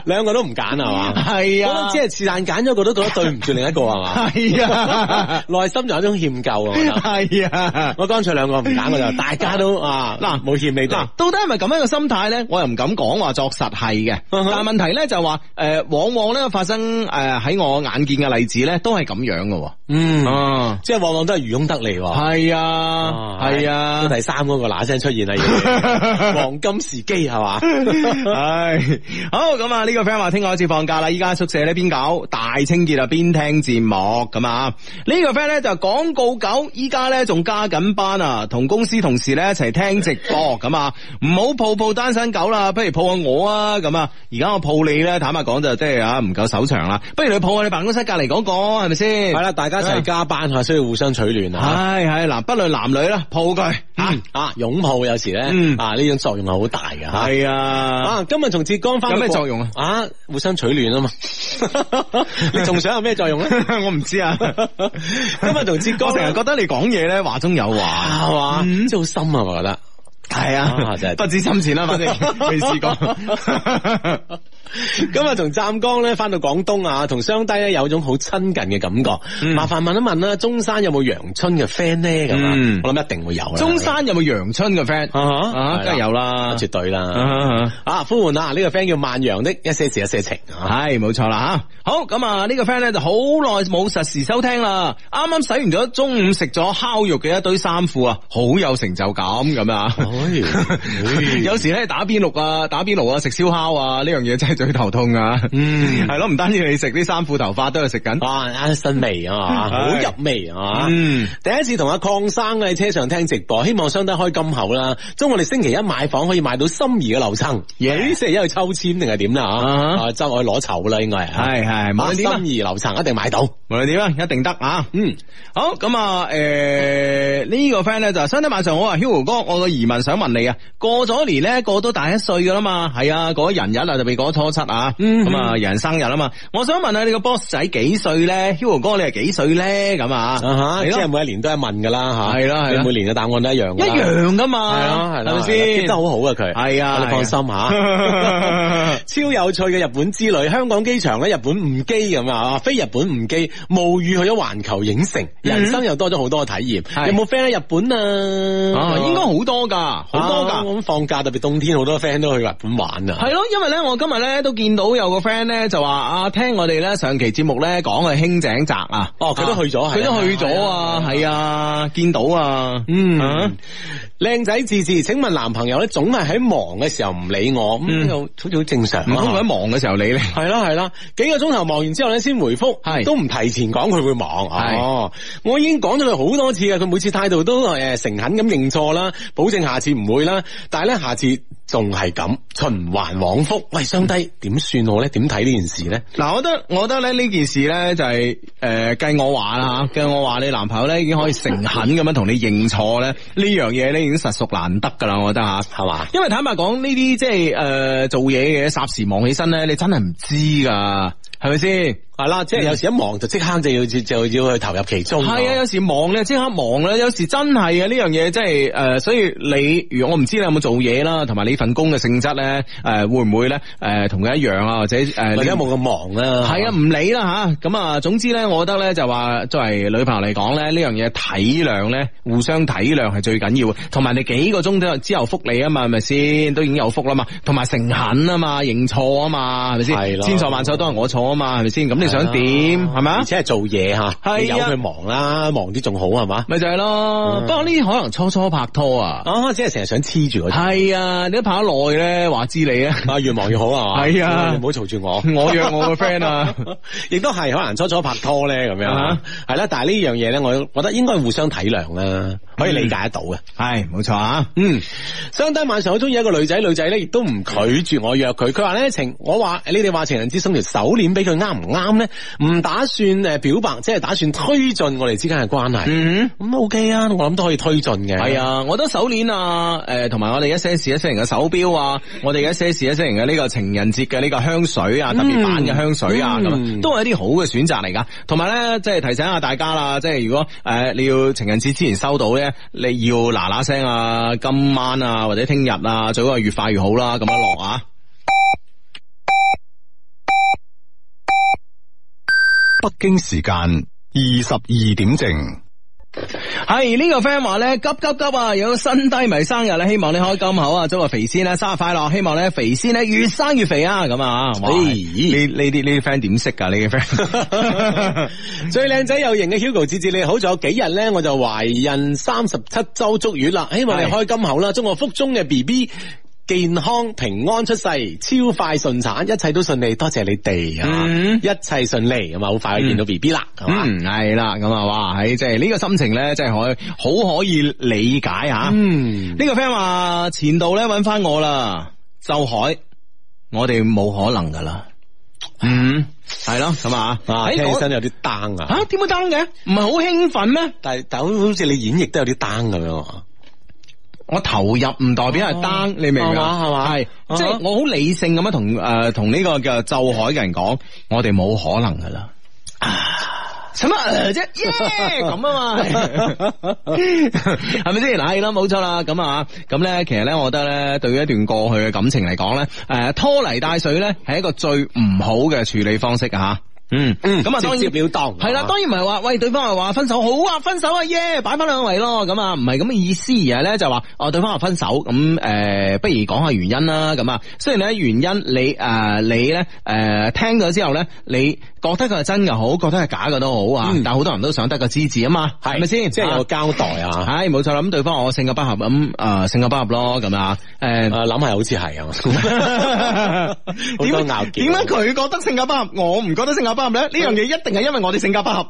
C: 兩個都唔揀 係嘛？
A: 係
C: 我
A: 啊
C: 諗，即係是但揀咗個都覺得對唔住另一個係嘛？
A: 係 啊，
C: 內心就有一種歉疚啊！我 覺得
A: 係啊。
C: 我乾脆兩個唔揀，我就大家都啊
A: 嗱
C: 冇欠你哋
A: 嗱，到底係咪咁樣嘅心態咧？我又唔敢講話作實係嘅， 但
C: 嗯哼
A: 係問題咧就係話，诶、往往咧發生诶喺、我眼見嘅例子咧，都係咁樣嘅
C: 嗯
A: 喎。啊，
C: 即係往往都係漁翁得利喎。
A: 係啊，係
C: 都
A: 啊。
C: 第三嗰個嗱聲出現啦，已 經黃金時機係嘛？
A: 嗯唉，好咁啊！呢個 friend 話聽日開始放假啦，依家宿舍咧邊搞大清潔啊，邊聽節目咁啊！呢個 friend 咧就係廣告狗，依家咧仲加緊班啊，同公司同事咧一齊聽直播咁啊！唔好抱抱單身狗啦，不如抱下我啊！咁啊，而家我抱你咧，坦白講就即係啊唔夠手長啦，不如你抱下你辦公室隔離嗰個係咪先？
C: 係啦，大家一齊加班
A: 嗯
C: 吓，需要互相取暖啊！
A: 唉，係係嗱，不論男女啦，抱佢吓，
C: 啊，擁抱有時咧
A: 嗯
C: 啊，呢種作用係好大嘅吓。
A: 係啊，
C: 啊，今日從浙江翻
A: 有咩作用啊？
C: 啊，互相取暖啊嘛！你仲想有咩 作用咧？
A: 我唔知啊，
C: 今日同浙江
A: 我成日覺得你嗯講嘢咧話中有話。
C: 係嘛，真係好深啊！我覺得
A: 嗯系
C: 啊真係
A: 不知深淺啦，反正 未試過。
C: 今日從湛江咧翻到廣東啊，同雙低咧有一種好親近嘅感覺。麻煩問一問啦，中山有冇陽春嘅 friend 咧？咁
A: 嗯
C: 啊，我諗一定會有啦。
A: 中山有冇陽春嘅 friend？
C: 啊哈
A: 梗係有啦，
C: 絕對
A: 啊
C: 啦。
A: 哈啊哈
C: 啊，呼喚啊！呢、個 friend 叫萬陽的一些事一些情啊，
A: 係冇錯啦吓，好咁啊呢個 friend 咧就好耐冇實時收聽啦，啱啱洗完咗中午食咗烤肉嘅一堆衫褲啊，好有成就感咁啊！ 有時咧打邊爐啊，打邊爐啊，食燒烤啊，呢樣嘢真係最頭痛啊！
C: 嗯
A: 係咯，唔單止你食啲衫褲頭髮都係食緊。
C: 哇，啱新味啊，好
A: 嗯係
C: 入味啊！
A: 嗯
C: 第一次同阿邝生喺車上聽直播，希望相得開金口啦。祝我哋星期一買房可以買到心儀嘅樓層。咦，星期一去抽籤定係點啦？
A: 啊哈
C: 啊，周我去攞籌啦，應該係啊。
A: 係係，無
C: 買
A: 論
C: 心
A: 點啊，
C: 儀樓層一定買到。
A: 無論點啊，一定得啊！
C: 嗯，
A: 好咁啊，诶、呢、個 friend 咧就係相低晚上好啊，Hugo 哥，我個疑問想問你啊，過咗年咧，個都大一歲噶啦嘛，係啊，過咗人日啊就被過咗初初七啊，
C: 嗯
A: 咁啊人生日啊嘛，我想問下你個 boss 仔幾歲咧？Hugo 哥你係幾歲咧？咁啊，
C: 啊哈，
A: 係
C: 即
A: 咯
C: 係每一年都係問噶啦吓，
A: 係啦係啦
C: 你每年嘅答案都一樣㗎
A: 一
C: 啦，
A: 樣噶嘛，
C: 係咯係
A: 係
C: 咯，
A: 咪先？
C: keep 得好好啊佢，
A: 係啊
C: 我哋放心 吓。超有趣嘅日本之旅，香港機場咧，日本誤機咁啊，飛日本誤機，冒雨去咗環球影城，人生又多咗好多嘅
A: 嗯
C: 體驗。
A: 係
C: 有冇 friend 喺日本啊？
A: 啊，應該好多噶，好多
C: 啊
A: 噶。
C: 咁放假特別冬天，好多 friend 都去日本玩啊。
A: 係咯，因為咧，我今日咧都見到有個 friend 咧就話啊，聽我哋咧上期節目咧講去輕井澤啊，
C: 哦佢都去咗
A: 啊
C: 係
A: 佢都去咗
C: 係
A: 啊
C: 啊，
A: 係啊，見到啊，啊
C: 嗯，靚仔自自，請問男朋友咧總係喺忙嘅時候唔理我，咁
A: 嗯
C: 呢個好似好正常啊。
A: 唔通佢喺忙嘅時候你咧？
C: 系啦系啦，幾個鐘頭忙完之後咧先回覆，
A: 係
C: 都唔提前講佢會忙。
A: 係
C: 哦，我已經講咗佢好多次啊，佢每次態度都诶诚懇咁認錯啦，保證下次唔會啦。但係咧下次仲係咁循環往復。喂，相低點算好咧？點睇呢件事咧？
A: 嗱，我覺得我覺得咧呢件事咧就係誒計我話啦嚇，計我話你男朋友咧已經可以誠懇咁樣同你認錯咧，呢樣嘢咧已經實屬難得㗎啦，我覺得嚇。
C: 係嘛？
A: 因為坦白講，呢啲即係誒做嘢嘅霎時忙起身咧，你真係唔知㗎，係咪先？
C: 係啦，即係有時一忙就即刻就要就要去投入其中。哦
A: 係啊，有時忙咧即刻忙啦，有時真係啊呢樣嘢真係诶、呃所以你如我唔知你有冇做嘢啦，同埋你份工嘅性質咧，诶、會唔會咧诶同佢一樣啊，或者诶、呃
C: 或
A: 你
C: 者冇咁忙啦。
A: 系啊，唔理啦吓，咁啊，總之咧，我覺得咧就話作為女朋友嚟講咧，呢樣嘢體諒咧，互相體諒係最緊要嘅，同埋你幾個鐘之後之後覆你啊嘛，係咪先？都已經有覆啦嘛，同埋誠懇啊嘛，認錯啊嘛，係咪
C: 係
A: 先？
C: 咯
A: 千錯萬錯都係我錯啊嘛，係咪先？咁你想點係咪啊
C: 而？且係做
A: 係
C: 嘢吓，
A: 啊
C: 你由佢忙啦，忙啲仲好係嘛？
A: 咪就係咯，
C: 嗯
A: 不過呢啲可能初初拍拖啊，
C: 啊，即係成日想黐住佢。
A: 係啊，你都拍得耐咧，話知你 啊，
C: 啊，越忙越好啊！
A: 係啊
C: 你唔好嘈住我。
A: 我約我個 friend 啊，
C: 亦都係可能初初拍拖咧咁樣
A: 啊，
C: 係啦。但係呢樣嘢咧，我覺得應該互相體諒啦，可以理解得到嘅。
A: 係冇錯啊，
C: 嗯，相低晚上好中意一個女仔，女仔咧亦都唔拒絕我約佢。佢話咧情，我話你哋話情人節送條手鏈俾佢啱唔啱咧？唔打算誒表白，即係打算推進我哋之間嘅關係。
A: 嗯。
C: 咁 OK 啊，我諗都可以推進嘅。
A: 系啊，我覺得手鏈啊，诶、同埋我哋一些事一些人嘅手錶啊，我哋一些事一些人嘅呢個情人節嘅呢個香水啊，特別版嘅香水啊，咁、
C: 嗯
A: 都係一啲好嘅選擇嚟噶。同埋咧，即係提醒下大家啦，即係如果诶、誒你要情人節之前收到咧，你要嗱嗱聲啊，今晚啊或者聽日啊，最好係越快越好啦，咁樣落啊。
D: 北京時間二十二點正。
A: 系呢、個 friend 話咧，急急急啊！有新低迷生日咧，希望你開金口啊！祝個肥仙咧生日快樂，希望咧肥仙咧越生越肥啊！咁啊，
D: 哎
A: 哇！呢呢
C: 咦
A: 啲呢啲 friend 點識噶？呢啲 friend
C: 最靚仔有型嘅 Hugo 志志你好，仲有幾日咧我就懷孕三十七周足月啦，希望你開金口啦，祝我腹中嘅 B B。健康平安出世，超快順產，一切都順利，多謝你哋啊！
A: 嗯
C: 一切順利，咁啊，好快就見到 B B 啦，係嘛、
A: 嗯，係啦，咁啊，哇！喺即係呢個心情咧，即係可以好可以理解啊吓。呢、
C: 嗯，
A: 個 friend 話前度咧揾翻我啦，周海，我哋冇可能噶啦。嗯，係咯，咁啊，
C: 啊，
A: 哎
C: 聽起
A: 我
C: 身有啲 down 啊，
A: 啊，點會 down 嘅？唔係好興奮咩？
C: 但係但好似你演繹都有啲 down 咁樣啊，
A: 我投入唔代表係 down，你明唔明啊？
C: 係嘛係
A: 係
C: 嘛
A: 即
C: 啊
A: 係
C: 哈
A: 我好理性咁樣同诶同呢個叫咒海嘅人講，我哋冇可能噶啦。使乜呃啫？耶咁啊嘛， 係咪先？嗱，係啦，冇錯啦。咁啊，咁咧，其實咧，我覺得咧，對於一段過去嘅感情嚟講咧，诶，拖泥帶水咧，係一個最唔好嘅處理方式啊！嗯
C: 嗯
A: 咁啊，當
C: 直接
A: 然
C: 了當
A: 係啦，
C: 啊
A: 當然唔係話喂對方係話分手好啊，分手啊耶，擺翻兩位咯，咁啊唔係咁嘅意思，而係咧就話哦對方話分手，咁誒、呃不如講下原因啦，咁啊雖然咧原因你誒、呃你咧誒、呃、聽咗之後咧，你覺得佢係真嘅好，覺得係假嘅都好啊，
C: 嗯
A: 但好多人都想得個知字啊嘛，係咪先？
C: 即係有個
A: 啊
C: 交代啊，
A: 係冇錯啦，咁對方話我性格不合，咁誒性格不合咯，咁啊誒。
C: 啊諗下好似係 啊，好多
A: 點
C: 拗撬
A: 點解佢覺得性格不合，我唔覺得性格不合 咧？呢樣嘢一定係因為我哋性格不合，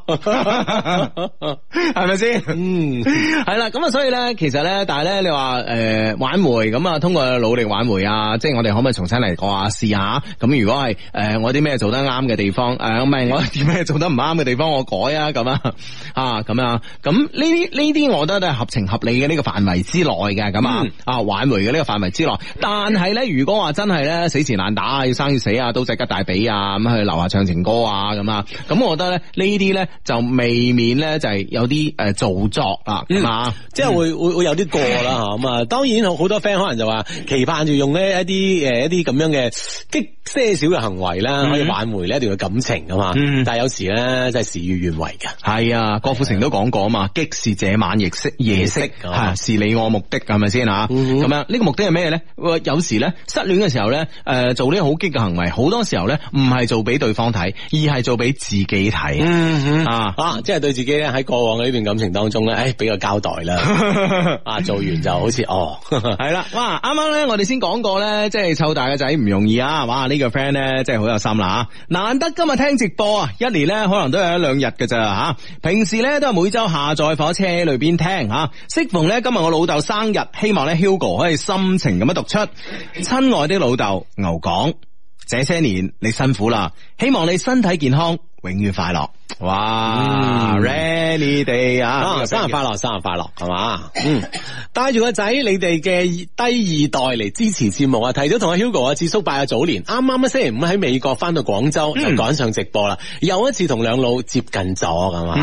A: 係咪先？
C: 嗯。
A: 係啦，咁啊，所以咧，其實咧，但係咧，你話诶、呃挽回咁啊，通過努力挽回啊，即係我哋可唔可以重新嚟過啊，試下？咁如果係诶、呃我啲咩做得啱嘅地方，诶、啊，唔係我點解做得唔啱嘅地方我改啊，咁啊啊咁啊，咁呢啲呢啲我覺得都係合情合理嘅呢個範圍之內嘅，咁啊、啊挽回嘅呢個範圍之內。但係咧，如果話真係咧死纏爛打啊，要生要死啊，刀仔吉大髀啊，咁去樓下唱情歌啊，咁啊，咁我覺得咧呢啲咧就未免咧就係有啲誒造作啦，
C: 嗯
A: 咁啊，
C: 即係會會會有啲過 啦吓咁啊！當然好好多 friend 可能就話期盼住用呢一啲誒一啲咁樣嘅激些少嘅行為啦，可以挽回呢一段嘅感情啊嘛。
A: 嗯
C: 但係有時咧真係事與願違㗎。
A: 係啊，郭富城都講過啊嘛，激是這晚夜色，夜色
C: 嗯夜色啊
A: 係是你我目的，係咪先啊？
C: 嗯
A: 咁樣呢個目的係咩咧？喂有時咧失戀嘅時候咧，誒做呢啲好激嘅行為，好多時候咧唔係做俾對方睇，而係做俾自己睇
C: 嗯
A: 啊。
C: 啊，即係對自己咧喺過往嘅呢段感情當中咧，誒俾個交代 啦。啊，做完就好似哦，
A: 係啦，哇！啱啱咧，我哋先講過咧，即係湊大個仔唔容易啊！哇，呢、個 friend 咧，真係好有心啦啊難得今日聽直播啊，一年咧可能都有一兩日嘅咋吓。平時咧都係每周下載火車裏邊聽吓。適逢咧今日我老豆生日，希望咧 Hugo 可以心情咁樣讀出，親愛的老豆牛講。這些年你辛苦啦，希望你身體健康，永遠快樂。哇、
C: 嗯
A: r a i n y Day 啊，呢
C: 啊，
A: 個
C: 生日快樂，生日快樂，係嘛？嗯，帶住個仔，你哋嘅第二代嚟支持節目啊！提早同阿 Hugo 啊、智叔拜下早年，啱啱啊星期五喺美國翻到廣州，
A: 嗯
C: 就趕上直播啦。又一次同兩老接近咗，咁啊，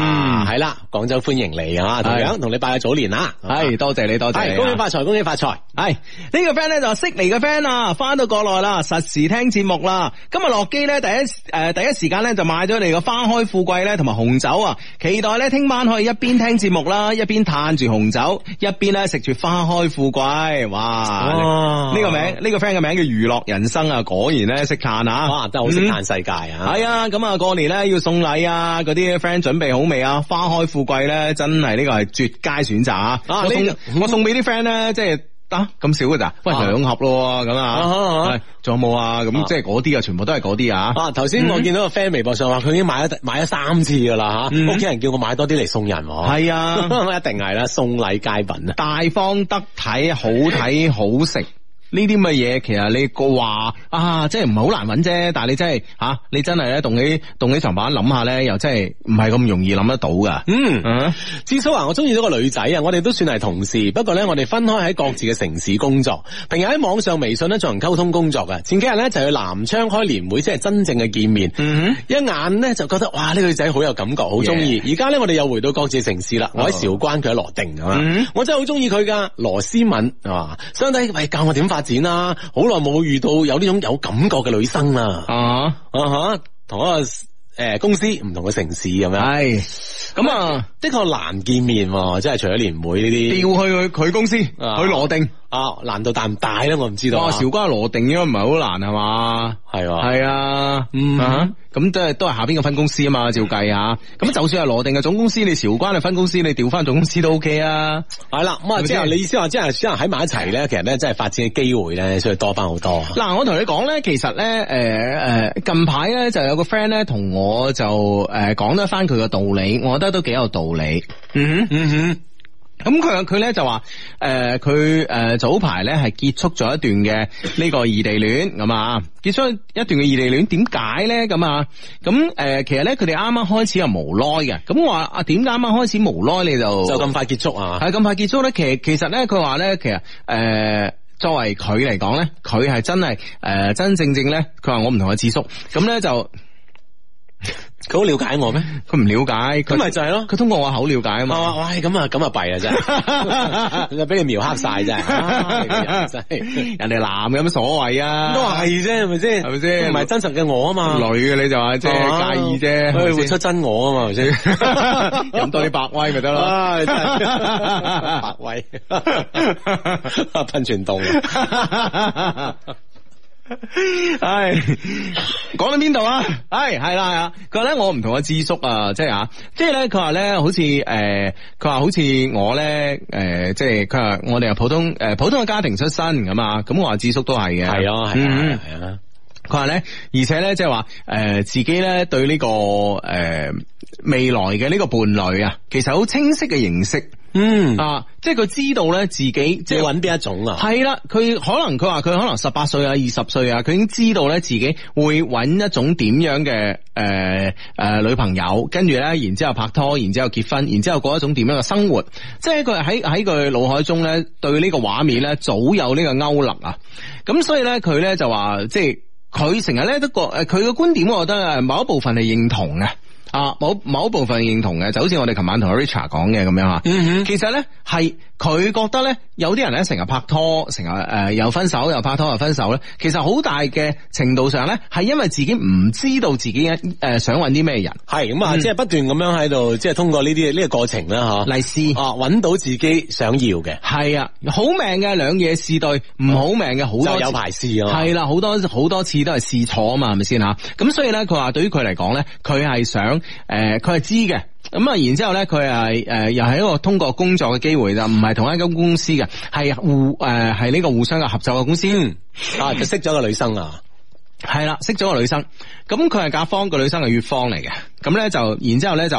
A: 嗯
C: 係啦，廣州歡迎你啊！同樣
A: 係
C: 同你拜下早年啦，
A: 係多謝你，多謝你
C: 係
A: 啊。
C: 恭喜發財，恭喜發財！
A: 係哎呢、個 friend 咧就話悉尼嘅 friend 啊，翻到國內啦，實時聽節目啦。今日落機咧，第一誒、呃第一時間咧就買咗你個花開富貴咧，同埋紅酒啊。期待咧聽晚可以一邊聽節目啦，一邊嘆住紅酒，一邊咧食住花開富貴。哇！
C: 哇
A: 呢個名呢、個 friend 嘅名叫娛樂人生啊，果然咧識嘆啊！
C: 哇，真係好識
A: 嗯
C: 嘆世界啊！
A: 係啊，咁啊過年咧要送禮啊，嗰啲 friend 準備好未啊？花開富貴咧，真係呢個係絕佳選擇啊！
C: 啊
A: 我送
C: 呢
A: 我送俾啲 friend 咧，即係。啊，咁少嘅咋？喂，
C: 啊
A: 兩盒咯，咁啊
C: 啊啊啊
A: 係，仲有冇啊？咁
C: 啊
A: 即係嗰啲啊，全部都係嗰啲啊。
C: 啊！頭先我見到個 friend 微博上話佢已經買咗買咗三次噶啦
A: 嗯
C: 吓，屋企人叫我買多啲嚟送人喎。
A: 係啊，
C: 一定係啦，送禮佳品啊！
A: 大方得體，好睇好食。呢啲咁嘅嘢，其實你個話啊，即係唔係好難揾啫。但係你真係吓、啊你真係咧動起動起床板諗下咧，又真係唔係咁容易諗得到噶。
C: 嗯，
A: 嗯，
C: 至少啊，我中意咗個女仔啊，我哋都算係同事，不過咧，我哋分開喺各自嘅城市工作，平日喺網上微信咧進行溝通工作嘅。前幾日咧就去南昌開年會，即係真正嘅見面。
A: 嗯
C: 一眼咧就覺得哇呢、個女仔好有感覺，好中意。而家咧我哋又回到各自嘅城市啦，我喺韶關，佢喺羅定咁嘛
A: 嗯
C: 我真係好中意佢噶羅思敏啊，相弟喂教我點發展啦、好耐冇遇到有呢種有感覺嘅女生啦。
A: 啊。
C: 啊哈，同一個誒、公司唔同嘅城市咁樣，
A: 係，咁啊，
C: 的確難見面喎，即係除咗年會
A: 調
C: 呢
A: 去
C: 啲
A: 佢佢公司，去
C: 啊
A: 羅定。
C: 啊，難度大唔大咧？我唔知道
A: 哇，
C: 啊，
A: 韶關羅定應該唔係好難係嘛？
C: 係喎，
A: 係啊，
C: 嗯
A: 啊咁都係都係下邊嘅分公司啊嘛，照計啊。咁就算係羅定嘅總公司，你韶關嘅分公司，你調翻總公司都 OK 啊。
C: 係啦，咁啊，
A: 係咪
C: 即係
A: 先
C: 你意思話，即係即係喺埋一齊咧，其實咧，真係發展嘅機會咧，所以多翻好多。
A: 嗱，我同你講咧，其實咧，誒、呃、誒，近排咧就有個 friend 咧同我就誒講得翻佢嘅道理，我覺得都幾有道理。嗯哼，嗯哼。咁佢佢咧就話誒佢誒早排咧係結束咗一段嘅呢個異地戀咁啊，結束一段嘅異地戀點解咧咁啊？咁誒、呃其實咧佢哋啱啱開始係無奈嘅，咁我話啊點解啱啱開始無奈你就
C: 就咁快結束啊！
A: 係咁快結束咧，其實其實咧，佢話咧，其實誒。呃作為佢嚟講咧，佢係真係誒、呃真正正咧，佢話我唔同佢智叔，咁咧就
C: 佢好了解我咩？
A: 佢唔了解，
C: 咁
A: 佢
C: 咪就係咯，
A: 佢通過我口了解啊
C: 係
A: 嘛，
C: 嘛？喂，咁啊，咁啊弊啦真係， 你就俾你描黑晒真係啊，你個人真係
A: 人哋男有乜所謂啊？
C: 都係啫，係咪先？
A: 係咪先
C: 唔係真實嘅我啊嘛，
A: 女嘅你就話即
C: 啊
A: 係介意啫，
C: 可以
A: 係咪
C: 活
A: 先
C: 出真我啊嘛，係咪先？
A: 飲多啲百威咪得
C: 啊，
A: 咯
C: 真。係 白位噴泉洞
A: 唉，講到邊度啊？唉，係啦係啊，佢話咧我唔同阿智叔啊，即係啊，即係咧佢話咧好似誒，呃佢、話好似我咧誒、呃即係佢話我哋係普通誒、呃普通嘅家庭出身咁啊，咁我話智叔都係嘅，
C: 係咯，係
A: 嗯
C: 啊，係啊，
A: 佢話咧，而且咧，即係話誒，自己咧呃對呢、個誒、未來嘅呢個伴侶啊，其實好清晰嘅認識。
C: 嗯，
A: 啊，即係佢知道咧自己即
C: 即系
A: 係
C: 揾邊一種啊？
A: 係啦，佢可能佢話佢可能十八歲啊、二十歲啊，佢已經知道咧自己會揾一種點樣嘅诶诶女朋友，跟住咧，然之后拍拖，然之后結婚，然之后過一種點樣嘅生活，即係佢喺喺佢腦海中咧對呢個畫面咧早有呢個勾勒啊，咁所以咧佢咧就話即係佢成日咧都覺诶佢嘅觀點，我覺得誒呃某一部分係認同嘅。啊，某某一部分係認同嘅，就好似我哋琴晚同阿 Richard 講嘅咁樣啊。
C: 嗯
A: 其實咧係佢覺得咧，有啲人咧成日拍拖，成日诶又分手，又拍拖又分手咧，其實好大嘅程度上咧，係因為自己唔知道自己诶、呃想揾啲咩人
C: 哼，係咁啊，即係不斷咁樣喺度，即係通過呢啲呢個過程啦，吓，
A: 嚟試。
C: 啊，揾到自己想要嘅，
A: 係啊，好命嘅兩嘢試對，唔好命嘅好多
C: 就有
A: 次
C: 排試啊嘛。
A: 系啦，好多好多次都係試錯啊嘛，係咪先吓？咁所以咧，佢話對於佢嚟講咧，佢係想诶，佢、係知嘅。咁啊，然之後咧，佢係誒又係一個通過工作嘅機會就唔係同一間公司嘅，係互誒係呢個互相嘅合作嘅公司。
C: 嗯，啊，就識咗個女生啊，
A: 系啦，識咗個女生，咁佢係甲方，個女生係乙方嚟嘅，咁咧就，然之后咧就，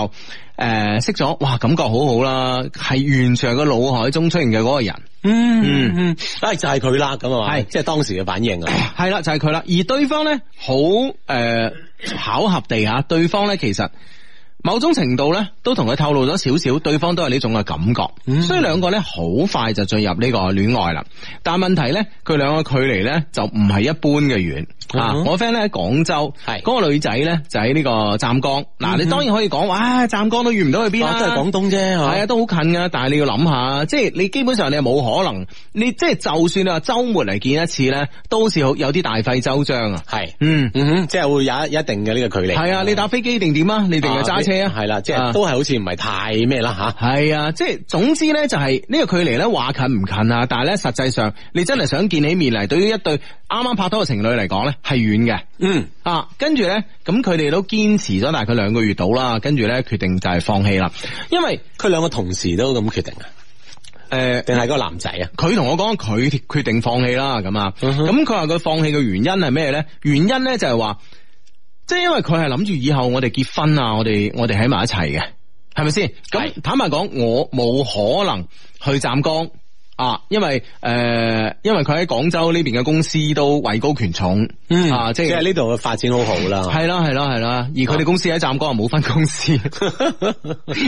A: 诶、呃，识咗，哇，感覺好好啦，係完全係個腦海中出現嘅嗰個人，
C: 嗯嗯，啊，就係佢啦，咁啊嘛，
A: 係
C: 即係當時嘅反應 啊，
A: 係啦，就係佢啦，而對方咧好诶巧合地吓，對方咧其實某種程度咧都同佢透露咗少少，對方都係呢種嘅感覺，
C: 嗯
A: 所以兩個咧好快就進入呢個戀愛啦，但問題咧佢兩個距離咧就唔係一般嘅遠啊，
C: 嗯哼
A: 我 friend 咧喺廣州，
C: 係
A: 嗰個女仔咧就喺呢個湛江。嗱，你當然可以講，哇，湛江都遇唔到去邊
C: 啊
A: 啦，
C: 嗯都係廣東啫，嚇
A: 係啊，都好近噶，但係你要諗下，即係你基本上你係冇可能，你即係就算你話週末嚟見一次咧，都好似好有啲大費周章啊。
C: 係，
A: 嗯，
C: 嗯哼，即係會有一一定嘅呢個距離。
A: 係啊，你搭飛機定點啊？你定係揸車啊？
C: 係啦，即
A: 啊
C: 係都係好似唔係太咩啦吓。
A: 系啊，即系总之咧，就系呢个距离咧话近唔近啊，但系咧实际上你真系想见起面嚟，对于一对啱啱拍拖嘅情侣嚟讲咧系远嘅。
C: 嗯，
A: 啊，跟住咧，咁佢哋都堅持咗大概兩個月到啦，跟住咧決定就係放棄啦，因為
C: 佢兩個同時都咁決定啊，
A: 诶。
C: 定係個男仔啊？
A: 佢同我講佢決定放棄啦，咁啊，
C: 嗯哼
A: 咁佢話佢放棄嘅原因係咩咧？原因咧就係話，即係因為佢係諗住以後我哋結婚啊，我哋我哋喺埋一齊嘅，係咪先？咁坦白講，我冇可能去湛江啊，因為诶、呃因為佢喺廣州呢邊嘅公司都位高權重，啊，即
C: 嗯即係
A: 係
C: 呢度嘅發展好好啦。
A: 系啦系啦系啦，而佢哋公司喺湛江啊冇分公 司。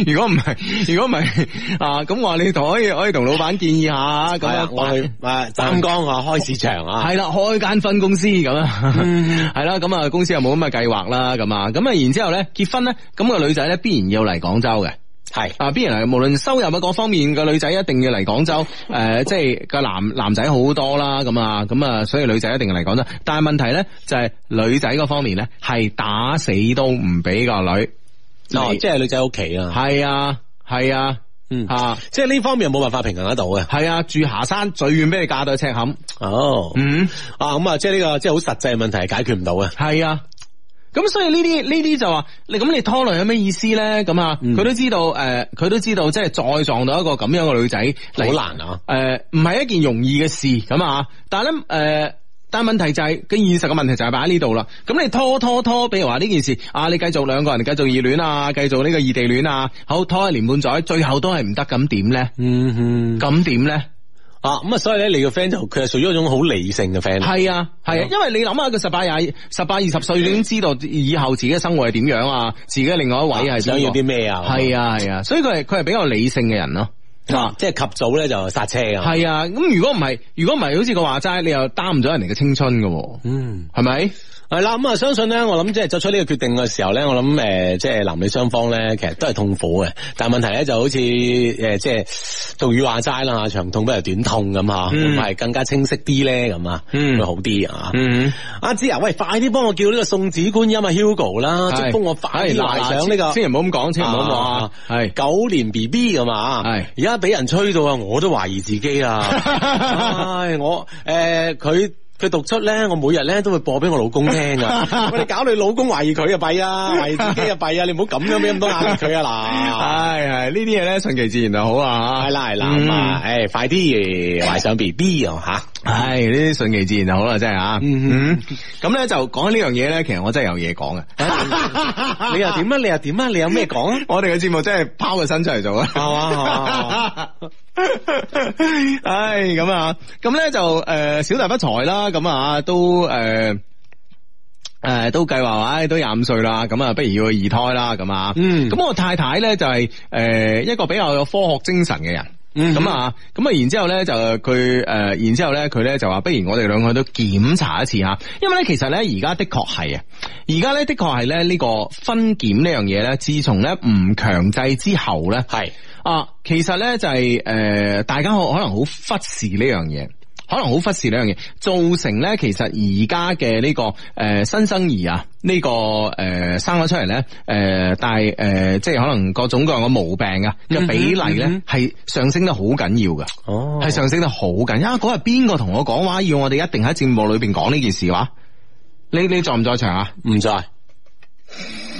A: 如果唔係，如果唔係啊，咁話你可以可以同老闆建議下咁
C: 係啊
A: 樣，
C: 我去啊湛江啊開市場啊，嗯
A: 係啦，開間分公司咁啊，係啦，咁啊公司又冇咁嘅計劃啦，咁啊，咁啊然之后咧結婚咧，咁、個女仔咧必然要嚟廣州嘅。
C: 係
A: 啊，必然係無論收入啊各方面個女仔一定要嚟廣州，诶、即係個男男仔好多啦，咁啊，咁啊，所以女仔一定要嚟廣州。但係問題咧就係女仔嗰方面咧係打死都唔俾個女，
C: 哦，
A: 你
C: 即係女仔屋企啊，
A: 係啊係啊，
C: 嗯
A: 啊
C: 即係呢方面冇辦法平衡得到嘅。
A: 係啊，住霞山最遠俾你嫁到去赤坎，
C: 哦，
A: 嗯。
C: 啊咁啊，即係呢個即係好實際嘅問題係解決唔到嘅。
A: 系啊。咁所以呢啲呢啲就話你咁你拖累有咩意思咧？咁啊，
C: 嗯
A: 佢都知道诶，佢、都知道即係再撞到一個咁樣嘅女仔嚟，
C: 好難啊
A: 诶，唔係一件容易嘅事咁啊，但係咧诶。呃但係問題就係、個現實嘅問題就係擺喺呢度啦。咁你拖拖拖，比如話呢件事啊，你繼續兩個人繼續異戀啊，繼續呢個異地戀啊，好拖一年半載，最後都係唔得，咁點咧？
C: 嗯哼，
A: 咁點咧？
C: 啊咁啊，所以咧，你個 friend 就佢係屬於一種好理性嘅 friend。
A: 系啊，系啊，因為你諗下，佢十八廿十八二十歲已經知道以後自己嘅生活係點樣啊，自己另外一位係
C: 想要啲咩啊
A: 系啊係啊，所以佢係佢係比較理性嘅人咯。
C: 啊，即係及早咧就剎車啊。
A: 係啊，咁如果唔係，如果唔係，好似佢話齋，你又耽誤咗人哋嘅青春噶，
C: 嗯。
A: 係咪？
C: 系啦，咁啊，相信咧，我諗即係作出呢個決定嘅時候咧，我諗诶、呃即係男女雙方咧，其實都係痛苦嘅。但系问题咧，就好似诶、呃即係俗語話齋啦，啊長痛不如短痛咁吓，
A: 嗯
C: 咁係更加清晰啲咧，咁啊，
A: 嗯
C: 會好啲啊。
A: 嗯，
C: 阿芝啊，喂，快啲幫我叫呢個送子觀音啊，Hugo 啦，祝福我快啲
A: 哎嗱
C: 懷
A: 嗱
C: 上呢
A: 千。
C: 個
A: 祈唔好咁講，千祈唔好咁講啊，係。
C: 九年 B B 咁啊，
A: 係
C: 而家俾人吹到啊，我都懷疑自己啊，唉，我诶佢。佢讀出咧，我每日咧都會播俾我老公聽噶。喂，你搞你老公懷疑佢啊弊啊，懷疑自己啊弊啊，你唔好咁樣俾咁多壓力佢啊
A: 唉，系呢啲嘢咧，順其自然就好啊
C: 嗱。係啦係啦，咁啊，唉，快啲懷上 B B 啊吓。
A: 唉，呢啲順其自然就好啦，真係啊。
C: 嗯
A: 嗯，咁咧就講呢樣嘢咧，其實我真係有嘢講啊嘅。
C: 你又點啊？你又點啊？你有咩講啊？
A: 我哋嘅節目真係拋個身出嚟做啊。
C: 係嘛係嘛？
A: 哦唉，咁啊，咁咧就诶、呃小弟不才啦，咁啊都诶。诶、呃都計劃話，唉都廿五歲啦，咁啊，不如要去二胎啦，咁啊，
C: 嗯
A: 咁我太太咧就係、呃一個比較有科學精神嘅人，
C: 嗯
A: 咁啊、咁啊，然之後咧就佢誒、呃然之後咧佢咧就話，不如我哋兩個都檢查一次嚇，因為咧其實咧而家的確係啊，而家咧的確係咧呢個婚檢呢樣嘢咧，自從咧唔強制之後咧，
C: 係
A: 啊，其實咧就係呃大家可可能好忽視呢樣嘢。可能好忽視呢樣嘢，造成咧其實而家嘅呢個誒、呃新生兒啊，呢、個誒、呃生咗出嚟咧誒，但係誒、呃即係可能各種各樣嘅毛病啊嘅比例咧
C: 嗯
A: 係、上升得好緊要噶。
C: 哦
A: 係上升得好緊。啊，嗰日邊個同我講話要我哋一定喺節目裏邊講呢件事話？你你在唔在場啊？
C: 唔在啊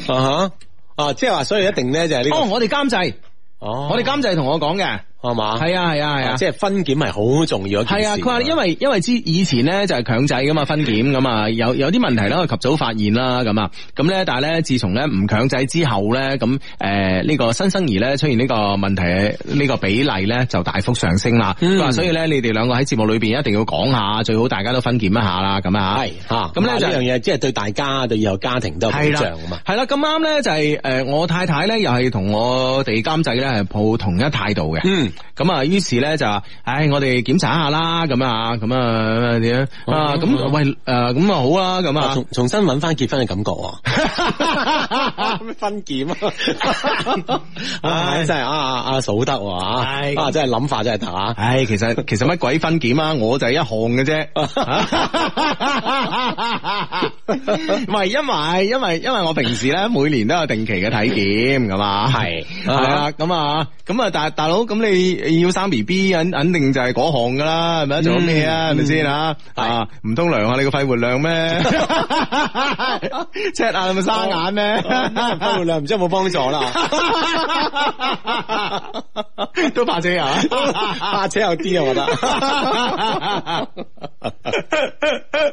C: 哈啊，即係話，所以一定咧就係呢個
A: 哦，我哋監製，
C: 哦
A: 我哋監製同我講嘅，係
C: 係嘛？
A: 啊係啊係啊。
C: 即係分檢係好重要一件
A: 係
C: 事。
A: 啊，佢話因為因為之以前咧就係強制噶嘛分檢咁啊，有有啲問題咧我及早發現啦咁啊，咁咧但係咧自從咧唔強制之後咧咁誒呢個新生兒咧出現呢個問題呢個比例咧就大幅上升啦。
C: 嗯
A: 佢話、所以咧你哋兩個喺節目裏邊一定要講下，最好大家都分檢一下啦咁啊。
C: 係吓，
A: 咁咧就
C: 呢樣嘢，即係對大家對以後家庭都有保
A: 係啦
C: 障啊嘛。
A: 係啦，咁啱咧就係、呃我太太咧又係同我哋監製咧係抱同一態度嘅。
C: 嗯，
A: 咁啊，於是咧就話，唉，我哋檢查一下啦，咁啊，咁啊點啊啊，咁喂誒，咁啊好啦，咁
C: 啊
A: 啊。
C: 重重新揾翻結婚嘅感覺 喎。咩分檢 啊？唉，真係啊啊啊數得喎
A: 係
C: 啊！啊，真係諗法真係得啊！
A: 唉，其實其實乜鬼分檢啊？我就係一項嘅啫， 唔係因為因為因為我平時咧每年都有定期嘅體檢咁啊，
C: 係
A: 係啊，咁啊咁啊，大大佬咁你要生 B B，肯肯定就係嗰項噶啦，係咪
C: 嗯
A: 做咩啊？係咪先啊？啊，唔通量下你個肺活量 咩？check 下你咪生眼 咩？
C: 哦肺啊活量唔知有冇幫助啦，
A: 都怕 這啊！
C: 啊，且有啲啊，我覺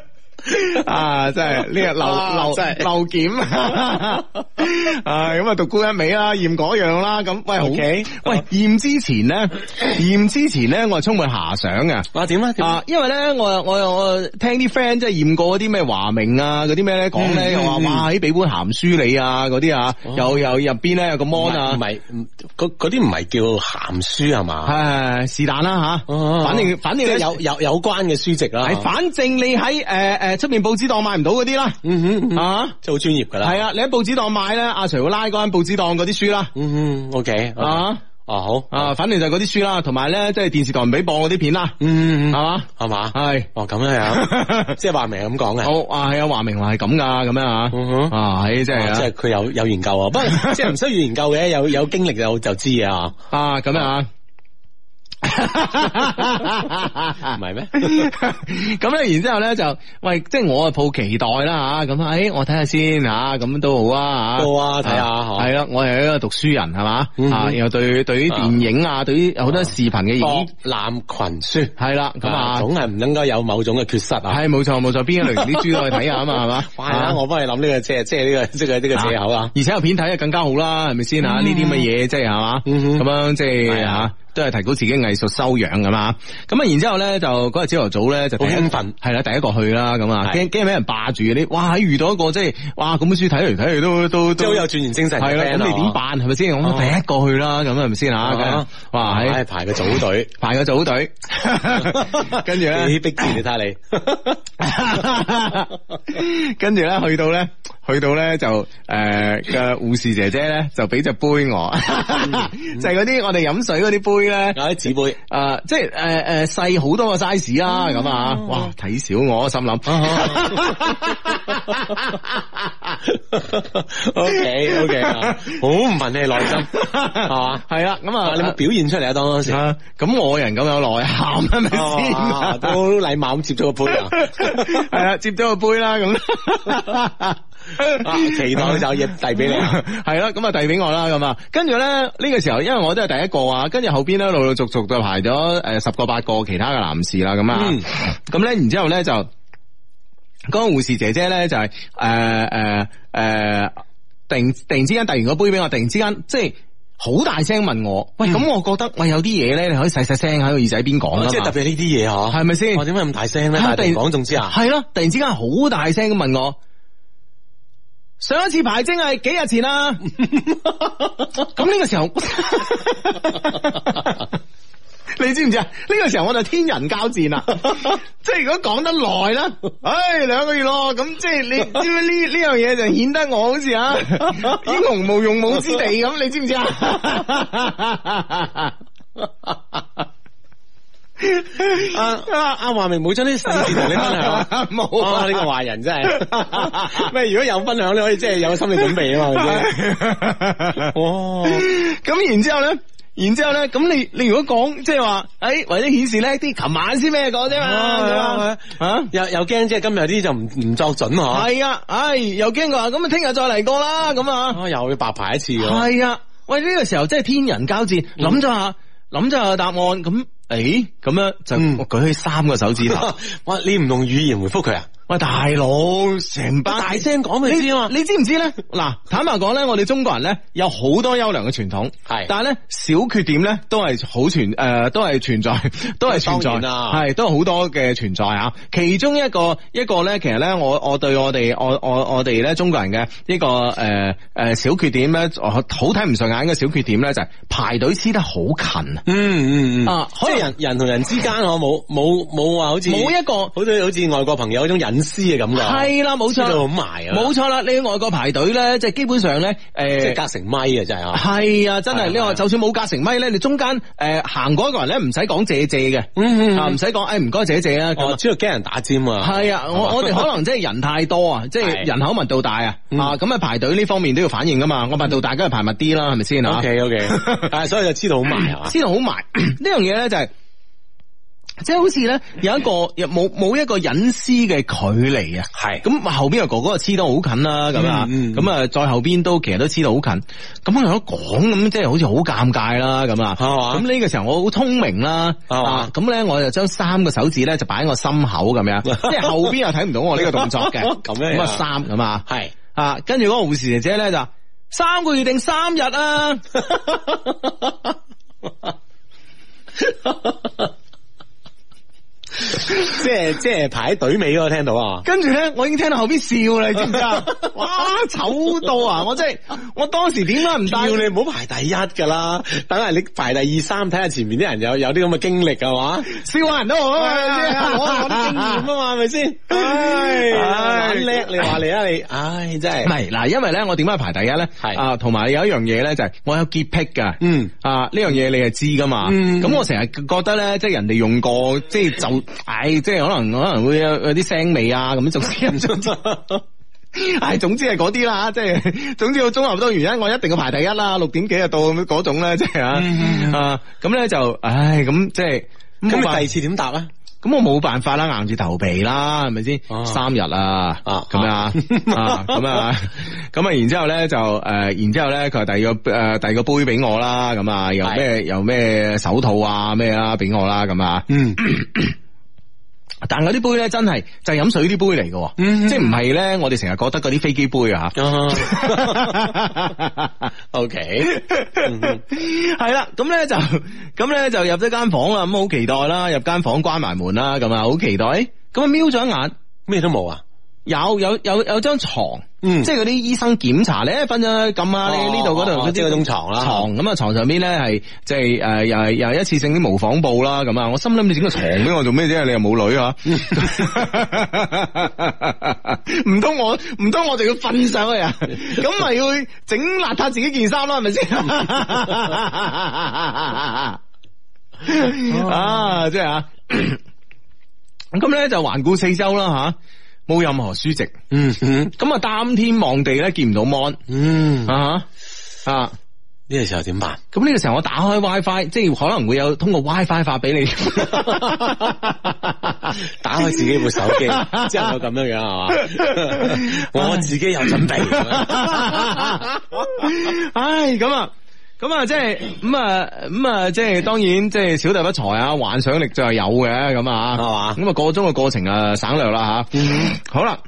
A: 啊！真係呢
C: 啊真係
A: 個漏漏漏檢 啊！咁啊，獨沽一味啦，驗嗰樣啦，咁喂好
C: OK 啊
A: 喂驗之前咧，驗之前咧，我係充滿遐想嘅。
C: 得。啊，點啊？點啊
A: 啊，因為咧，我我我聽啲 friend 即係驗過嗰啲咩華明啊，嗰啲咩咧講咧，
C: 嗯
A: 又話
C: 嗯哦
A: 哇，喺俾本鹹書你啊，嗰啲啊，又又入邊咧有個 mon 啊
C: 唔，係，唔嗰嗰啲唔係叫鹹書啊係嘛？
A: 唉，是但啦
C: 哦
A: 吓，反正反正
C: 即係
A: 咧
C: 有有有關嘅書籍啦。
A: 系，哎反正你喺诶诶出面報紙檔買唔到嗰啲啦，
C: 嗯哼嗯哼，
A: 啊，
C: 即係好專業㗎啦。
A: 係，啊，你喺報紙檔買咧，阿徐會拉嗰間報紙檔嗰啲書啦，
C: 嗯哼，OK，啊，
A: 啊
C: 哦好，
A: 啊，反正就係嗰啲書啦，同埋咧即係電視台唔俾播嗰啲片啦，係
C: 嗯，嗯
A: 嘛，
C: 係嘛，
A: 係，
C: 哦咁樣 樣，即係話明係咁講嘅。
A: 啊好啊，係啊，華明話係咁噶，咁樣啊
C: 嗯哼，
A: 啊，係真
C: 哦即
A: 係
C: 係佢有有研究啊，不過 即係唔需要研究嘅，有有經歷就就知啊，
A: 啊，啊咁樣啊。啊
C: 唔係咩？
A: 咁咧，然之後咧就，喂，即係我啊抱期待啦吓，咁啊，誒，我睇下先吓，咁都好 啊吓，
C: 好啊睇下嗬
A: 係啦，我係一個讀書人係嘛，
C: 嗯
A: 啊，然後對對於電影啊，對於好多視頻嘅影
C: 博，覽群書
A: 係啦，咁
C: 咁哦啊，
A: 啊，
C: 總係唔應該有某種嘅缺失啊。
A: 係冇錯冇錯，邊一類型啲書都去睇下啊嘛，係嘛，
C: 哇！係啊我幫你諗呢個借，即係呢個即係呢個借口啊。
A: 而且有片睇就更加好啦，係咪先啊？呢啲乜嘢即係係嘛，
C: 嗯哼
A: 咁樣即係
C: 係啊
A: 吓。都係提高自己藝術修養咁嘛，咁啊，然之後咧就嗰日朝頭早咧就第一
C: 好興奮
A: 係啦，第一個去啦咁啊，
C: 係
A: 驚驚俾人霸住你，哇！遇到一個即係哇咁本書睇嚟睇去都都
C: 即係
A: 都
C: 好有鑽研精神嘅
A: 係啦，咁
C: friend 啊
A: 你點辦係咪先？我
C: 哦
A: 第
C: 哎
A: 一個去啦，咁係咪先啊？
C: 啊
A: 梗係哇！
C: 唉
A: 喺
C: 排個 組隊，
A: 排個組 隊，跟住 咧
C: 幾逼字你睇下你。
A: 跟住咧去到咧，去去到咧就诶嘅護士姐姐咧就俾隻杯我，
C: 嗯
A: 就係嗰啲我哋飲水嗰啲杯咧。
C: 有啲紙 杯，
A: 诶、即系诶诶细好多個 size 啦，
C: 哦
A: 咁啊，哇，睇少我心諗，
C: O K O K，好啊唔忿你 內心係嘛？
A: 係啦，咁
C: 啊，
A: 啊，
C: 哦你有冇表現出嚟啊？當時
A: 啊，咁我人咁有內涵係咪先？
C: 啊都禮貌咁接咗個杯啊！
A: 系啦，接咗個杯啦，
C: 啊
A: 咁
C: 期待就嘢遞 俾 你啊！
A: 系啦，咁啊遞俾我啦，咁啊，跟住咧呢、呢個時候，因為我都係第一個啊，跟住後邊咧陸陸續續就排咗诶十個八個其他嘅男士啦，咁啊
C: 嗯，
A: 咁咧、然之后咧就嗰、個護士姐姐咧就係诶诶诶，突然突然之間遞完個杯俾我，突然之間即係好大聲問我，喂，
C: 嗯
A: 咁、我覺得喂有啲嘢咧，你可以細細聲喺個耳仔邊講㗎嘛
C: 哦即係特別呢啲嘢嗬，
A: 係咪先
C: 我點解咁大聲咧？
A: 啊
C: 大 庭
A: 突然
C: 廣眾之下，
A: 系咯，突然之間好大聲咁問我。上一次排精係幾日前 啦，咁呢個時候，你知唔知啊？呢、個時候我就天人交戰 啦，即係如果講得耐啦，唉、兩個月咯，咁即 係你知唔知呢呢樣嘢就顯得我好似啊英雄無用武之地咁，你知唔知啊？
C: 啊啊阿華明冇將啲細節同 你分享。
A: 冇
C: 哇！
A: 啊
C: 呢、個壞人真係，咩？如果有分享，你可以即係有心理準備啊嘛，係咪先？哦，
A: 咁然之后咧，然之后咧，咁你你如果講即係話，诶、為咗顯示叻啲，琴晚先咩講
C: 啊
A: 啫
C: 哦
A: 嘛，咁啊
C: 又又驚即係今日有啲就唔唔作準
A: 啊，
C: 嗬，
A: 係啊，唉，又驚佢話咁啊，聽日再嚟過啦，咁啊，
C: 啊又要白牌一次喎。
A: 係啊，喂，呢、個時候真係天人交戰，
C: 嗯
A: 諗咗下，諗咗下答案，咁诶，咁樣就、
C: 嗯
A: 我舉起三個手指 頭，
C: 哇！你唔用語言回覆佢啊？
A: 喂，大佬，成班
C: 大聲講咪知啊嘛。
A: 你知唔知咧？嗱，坦白講咧，我哋中國人咧有好多優良嘅傳統，
C: 係
A: 但係咧小缺點咧都係好存誒、呃都係存在， 都係存在，
C: 當然啦
A: 係都係好多嘅存在啊。其中一個一個咧，其實咧，我我對我哋我我我哋咧中國人嘅呢、個誒誒、呃呃小缺點咧，我好睇唔順眼嘅小缺點咧，就係、排隊黐得好近啊。
C: 嗯嗯嗯
A: 啊
C: 即
A: 可能
C: 係人人同人之間，我冇冇冇話好似
A: 冇一個
C: 好似好似外國朋友嗰種隱私嘅感覺。
A: 係啦，冇
C: 黐
A: 錯
C: 到好
A: 啦，
C: 埋啊，
A: 冇錯啦。你去外國排隊咧，即係基本上呃咧，誒、
C: 即係隔成咪啊，真係啊。
A: 系啊，真
C: 係啊
A: 系你
C: 係啊
A: 话就算冇隔成咪咧，你中間诶行過一個人咧，唔使講謝謝嘅，
C: 嗯哦
A: 啊唔使講，诶唔該謝謝啊咁
C: 我
A: 啊。
C: 知道驚人打尖啊。
A: 係啊，我我哋可能即係人太多 啊，即係
C: 係
A: 人口密度大啊，
C: 嗯
A: 啊咁啊排隊呢方面都要反應噶嘛，我密度大梗係排密啲啦，係咪先啊
C: O K O K，啊，所以就知道好埋啊。
A: 知道好埋 呢樣嘢咧就係即係好似咧有一個又冇冇一個隱私嘅距離啊，
C: 係
A: 咁後邊個哥哥就黐得好近啦，咁啊，
C: 嗯嗯
A: 咁啊再後邊都其實都黐得好近，咁我有得講咁即係好似好尷尬啦，咁啊，
C: 係嘛
A: 咁呢個時候我好聰明啦，
C: 係嘛
A: 啊，咁咧我就將三個手指咧就擺喺我心口咁 樣，即係後邊又睇唔到我呢個動作嘅，
C: 咁樣
A: 咁啊
C: 啊
A: 三咁啊，
C: 係
A: 啊，跟住嗰個護士姐姐咧就話三個月定三日啊。
C: 即係即係排喺隊尾嗰個聽到啊。
A: 跟住咧，我已經聽到後邊笑啦，你知唔知 啊？哇，醜到啊！我真係，我當時點解唔帶？
C: 要你唔好排第一噶啦，等下你排第二三，睇下前面啲人有有啲咁嘅經歷啊係嘛？
A: 笑下人都 好
C: 哎
A: 啊，係咪先
C: 我我啲經驗啊 嘛，係咪先？
A: 唉 啊
C: 唉，懶叻你話你啊你，唉真
A: 唔
C: 係，
A: 係嗱，因為咧，我點解排第一咧？
C: 係
A: 啊，同埋有一樣嘢咧，就係我有潔癖噶。
C: 嗯，
A: 啊，呢樣嘢你係知噶嘛？
C: 嗯
A: 咁我成日覺得咧，即係人哋用過，即係就，唉，即係可能可能會有有啲腥味啊，咁總之總之， 唉，總之係嗰啲啦，即係總之我綜合多原因，我一定要排第一啦，六點幾就到咁嗰種咧，即係啊，啊，咁咧就，唉，咁即係。
C: 嗯咁你
A: 冇
C: 第
A: 辦
C: 二次點答啊？
A: 咁我冇辦法啦，硬住頭皮啦，係咪先？
C: 啊
A: 三日啊，
C: 啊
A: 咁啊，啊咁啊，咁啊，然之後咧就誒，呃然之後咧佢話第二個誒第二個杯俾我啦，咁啊，又咩又咩手套啊咩啊俾我啦，咁啊，
C: 嗯，
A: 但嗰啲杯咧真係就係飲水啲杯嚟嘅喎，
C: 嗯
A: 即係唔係咧我哋成日覺得嗰啲飛機杯 啊。
C: O K，嗯
A: 系啦，咁咧就咁咧就入咗間房啦，咁好期待啦，入間房關埋門啦，咁啊好期待，咁啊瞄咗一眼，
C: 咩都冇啊？
A: 有有有有張床，
C: 嗯
A: 即係嗰啲醫生檢查咧，瞓咗咁啊，你
C: 哦
A: 呢度嗰度
C: 哦即係嗰種床啦
A: 床咁啊，床上邊咧係即係誒又係又係一次性啲模仿布啦，咁啊，我心諗你整個床俾我做咩啫？你又冇女啊？唔通我唔通我就要瞓上去啊？咁咪要整邋遢自己件衫啦，係咪先？啊，即係啊！咁咧就環顧四周啦吓，冇任何書籍，
C: 嗯嗯
A: 咁啊擔天望地咧見唔到 mon
C: 嗯，呢、
A: 啊啊！
C: 個時候點辦？
A: 咁呢個時候我打開 WiFi，即係可能會有通過 WiFi 發俾你。
C: 打開自己部手 機，之後就咁樣樣係嘛？我自己有準備。
A: 唉，咁啊。咁啊，即係咁啊，咁啊，即係當然，即係小弟不才啊，幻想力就係有嘅，咁啊，
C: 係嘛
A: 咁啊，個中嘅過程啊，省略啦吓。好啦，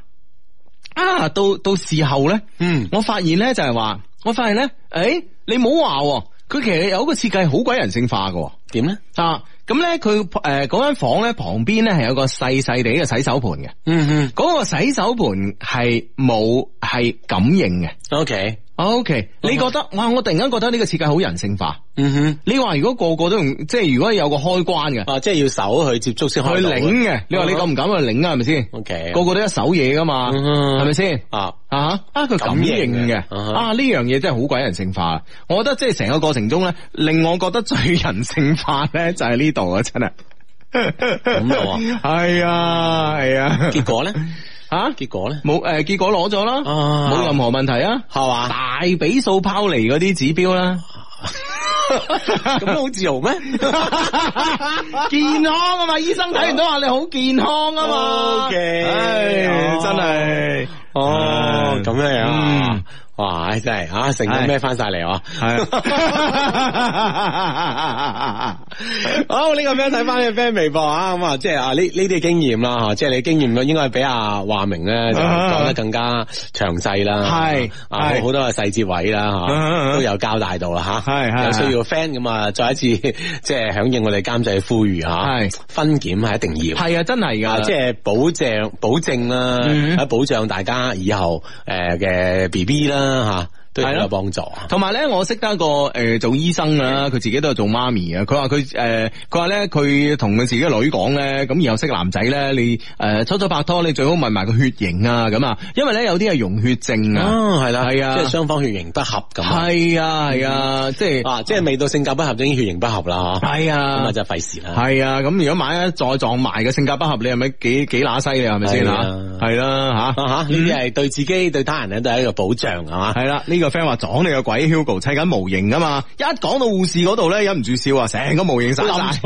A: 啊，到到事後咧，
C: 嗯
A: 我發現咧就係話，我發現咧，誒，你唔好話喎，佢其實有一個設計好鬼人性化嘅喎。
C: 點咧？
A: 啊，咁咧佢誒嗰間房咧旁邊咧係有個細細地嘅洗手盆嘅，
C: 嗯嗯
A: 嗰、個洗手盆係冇係感應嘅。
C: ，OK，
A: O、k 你覺得哇？我突然間覺得呢個設計好人性化。
C: 嗯哼，
A: 你話如果個個都用，即係如果有個開關嘅，
C: 啊，即係要手去接觸先開
A: 去
C: 到啊哦
A: 擰嘅，你話你敢唔敢去擰啊？係咪先？
C: ？OK，
A: 個個都一手嘢噶嘛，
C: 嗯哼
A: 係咪先？
C: 啊，
A: 啊啊！佢感應
C: 感應
A: 嘅
C: 嘅嗯哼
A: 啊，呢樣嘢真係好鬼人性化。啊我覺得即係成個過程中咧，令我覺得最人性化咧就係呢度啊，真係。咁
C: 咯喎
A: 係啊，係啊，
C: 結果咧，
A: 啊
C: 結果咧，
A: 冇誒，結果攞咗啦，
C: 啊
A: 冇任何問題啊，
C: 係 嘛？
A: 大比數拋離嗰啲指標啦，
C: 咁好自豪咩？
A: 健康啊嘛，醫生睇完都話你好健康啊嘛
C: OK，
A: 唉
C: 哦
A: 真係
C: 哦，咁樣樣
A: 嗯
C: 啊，哇，唉真係啊，成功孭翻晒嚟啊！
A: 係。
C: 好呢、個 friend 睇翻你 friend 微博啊，咁啊，即係啊呢呢啲經驗啦，吓，即係你經驗應該係比阿華明咧就
A: 啊
C: 講得更加詳細啦，
A: 係
C: 啊
A: 係
C: 好好多嘅細節位啦，
A: 啊
C: 吓都有交代到啦，吓
A: 係係
C: 有
A: 係
C: 需要嘅 friend 咁啊，再一次 即係響應我哋監製嘅呼籲 吓，
A: 係
C: 分檢係一定要。
A: 係啊，真係
C: 哎啊，
A: 噶，
C: 即係保證保證啦，
A: 嗯
C: 啊保障大家以後誒嘅 B B 啦吓，都
A: 係
C: 有
A: 咯
C: 幫助啊。
A: 同埋咧，我識得一個诶、呃做醫生啦，佢自己都係做媽咪啊嘅。佢話佢诶，佢話咧佢同佢自己嘅女講咧，咁以後識男仔咧，你呃诶初初拍拖，你最好問埋個血型啊，咁啊，因為咧有啲係溶血症啊，
C: 啊，係啦，
A: 係啊
C: 即係雙方血型不合咁啊。
A: 係啊係啊，即係
C: 啊，即係未到性格不合，已經血型不合啦，嗬
A: 係
C: 咁
A: 啊
C: 啊。真係費事啦。
A: 係啊，咁如果萬一再撞埋嘅性格不合，你係咪幾幾乸西你係咪先吓？
C: 係啊
A: 係啦吓，
C: 啊吓，呢啲係對自己、對他人咧都係一個保障，係啊嘛？
A: 係啦，呢個 friend 話撞你個鬼 Hugo 砌緊模型啊嘛，一講到護士嗰度咧，忍唔住笑啊，成個模型散晒。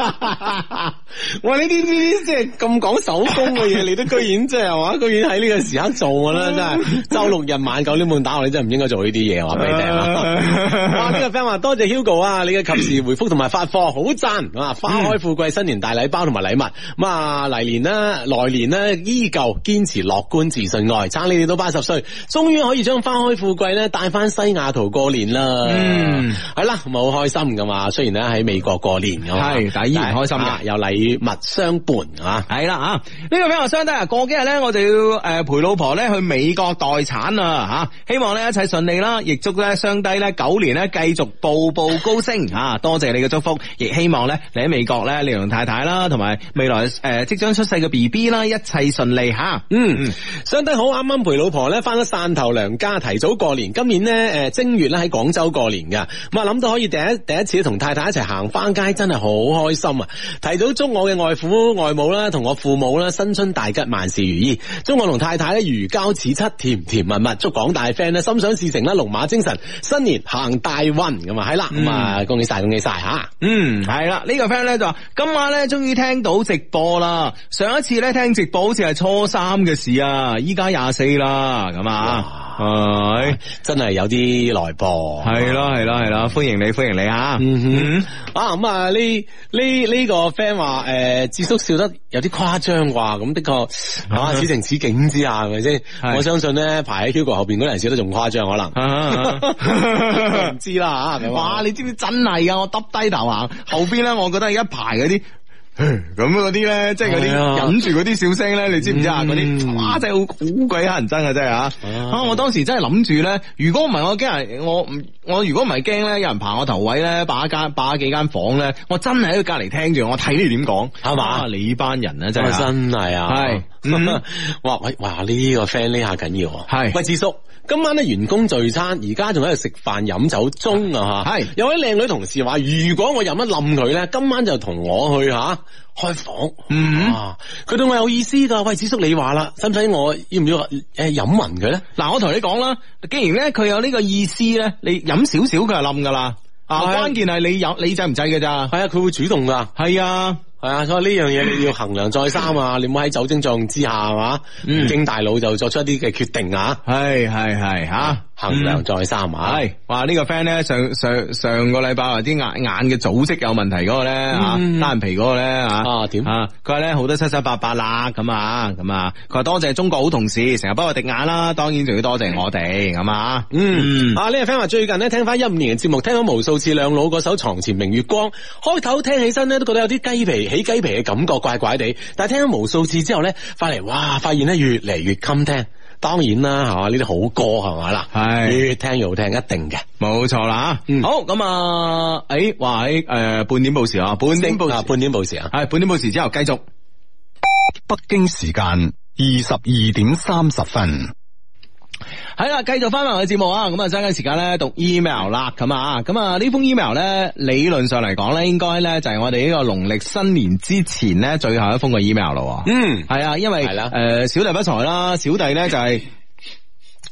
C: 我呢啲呢啲即係咁講手工嘅嘢，你都居然即係係嘛？居然喺呢個時刻做嘅啦， 真係周六日晚九點半打我，你真係唔應該做呢啲嘢，話俾你聽 啊！ 哇！呢、個 friend 話多謝 Hugo 啊，你嘅及時回覆同埋發貨好讚啊！花開富貴新年大禮包同埋禮物，咁啊嚟年呢，來年呢，依舊堅持樂觀自信愛，撐你哋到八十歲，終於可以將花開富貴呢帶翻西雅圖過年啦！
A: 嗯，
C: 係啦，咁啊好開心噶嘛，雖然呢喺美國過年噶嘛，
A: 係但係依然開心㗎
C: 啊有禮物相伴啊！
A: 系啦啊！呢、個个 friend 話相低啊，過幾日咧我就要诶陪老婆咧去美國待產啦吓，希望咧一切順利啦，亦祝咧相低咧九年咧繼續步步高升啊！多謝你嘅祝福，亦希望咧你喺美國咧你同太太啦，同埋未來诶、呃即將出世嘅 B B 啦，一切順利吓。
C: 嗯，相低好，啱啱陪老婆咧翻咗汕頭娘家，提早過年。今年咧誒正月咧喺廣州過年噶，咁啊諗到可以第一第一次同太太一齊行翻街，真係好開心啊！提早祝我嘅外父外母啦，同我父母啦，新春大吉，萬事如意。祝我同太太咧如膠似漆，甜甜蜜蜜。祝廣大 friend 咧心想事成啦，龍馬精神，新年行大運咁啊！係啦，咁啊恭喜晒，恭喜晒嚇！
A: 嗯，係啦，呢、個 friend 咧就話今晚咧終於聽到直播啦，上一次咧聽直播好似係初三嘅事啊，依家廿四啦，咁啊，係。
C: 真係有啲來噃。
A: 系啦系啦系啦，欢迎你欢迎你吓，
C: 嗯哼，啊咁啊呢呢呢个 friend 话诶，智叔笑得有啲誇張啩，咁的確啊此情此景之下係咪先？
A: 係
C: 我相信咧排喺 Hugo 後边嗰啲人笑得仲誇張，可 能。唔
A: 嗯，
C: 知啦啊吓，
A: 哇！你知唔知真係噶？我耷低頭行，後邊咧，我覺得係一排嗰啲。 咁嗰啲咧，即係嗰啲
C: 係啊
A: 忍住嗰啲笑聲咧，你知唔知啊？嗰啲
C: 嗯
A: 哇，真係好好鬼乞人憎啊！真係啊！啊，我當時真係諗住咧，如果唔係我驚人，我唔我如果唔係驚咧，有人爬我頭位咧，霸一間霸幾間房咧，我真係喺佢隔離聽住，我睇你點講
C: 係嘛
A: 啊你班人啊，真
C: 真
A: 係啊
C: 真係啊，
A: 係嗯
C: 哇喂，哇呢、個 friend 呢下緊要啊！
A: 係
C: 喂，智叔，今晚咧員工聚餐，而家仲喺度食飯飲酒中啊吓！
A: 係
C: 有位靚女同事話，如果我飲一冧佢咧，今晚就同我去吓、開房。
A: 嗯
C: 啊佢對我有意思㗎。喂，智叔你話啦，使唔使我要唔要诶飲暈佢咧？
A: 嗱，我同你講啦，既然咧佢有呢個意思咧，你飲少少佢就冧噶啦。啊，
C: 係啊
A: 關鍵係你有你制唔制嘅咋？
C: 係啊，佢會主動㗎。
A: 係啊，
C: 系啊，所以呢樣嘢你要衡量再 三啊！你唔好喺酒精作用之下，係嘛？
A: 嗯
C: 唔經大腦就作出一啲嘅決定啊！
A: 係係係吓，嗯
C: 衡量再三啊！
A: 系，哇！呢、個 friend 咧上上上個禮拜話啲眼眼嘅組織有問題嗰個咧啊，
C: 嗯
A: 單眼皮嗰個咧啊，
C: 啊點
A: 啊？佢話咧好多七七八八啦，咁啊咁啊，佢話多謝中國好同事，成日幫我滴眼啦，當然仲要多謝我哋咁啊，
C: 嗯，啊呢個 friend 話最近咧聽翻一五年嘅節目，聽咗無數次兩老嗰首《床前明月光》，開頭聽起身咧都覺得有啲雞皮起雞皮嘅感覺，怪怪地。但係聽咗無數次之後咧，翻嚟哇，發現咧越嚟越襟聽。當然啦，係嘛呢啲好歌係嘛啦，
A: 係
C: 越聽越好聽，一定嘅。
A: 冇錯啦吓
C: 嗯
A: 好咁啊，诶，哇喺诶半點報時啊，半點報
C: 啊
A: 時。
C: 半點報時啊！
A: 系半點報時之後繼續。
D: 北京時間二十二點三十分。
A: 系啦，繼續翻埋我嘅節目啊！咁啊，揸緊時間咧讀 email 啦，咁啊，咁啊呢封 email 咧，理論上嚟講咧，應該咧就係我哋呢個農曆新年之前咧最後一封嘅 email 咯。
C: 嗯，
A: 係啊，因為
C: 係啦
A: 诶小弟不才啦，小弟咧就係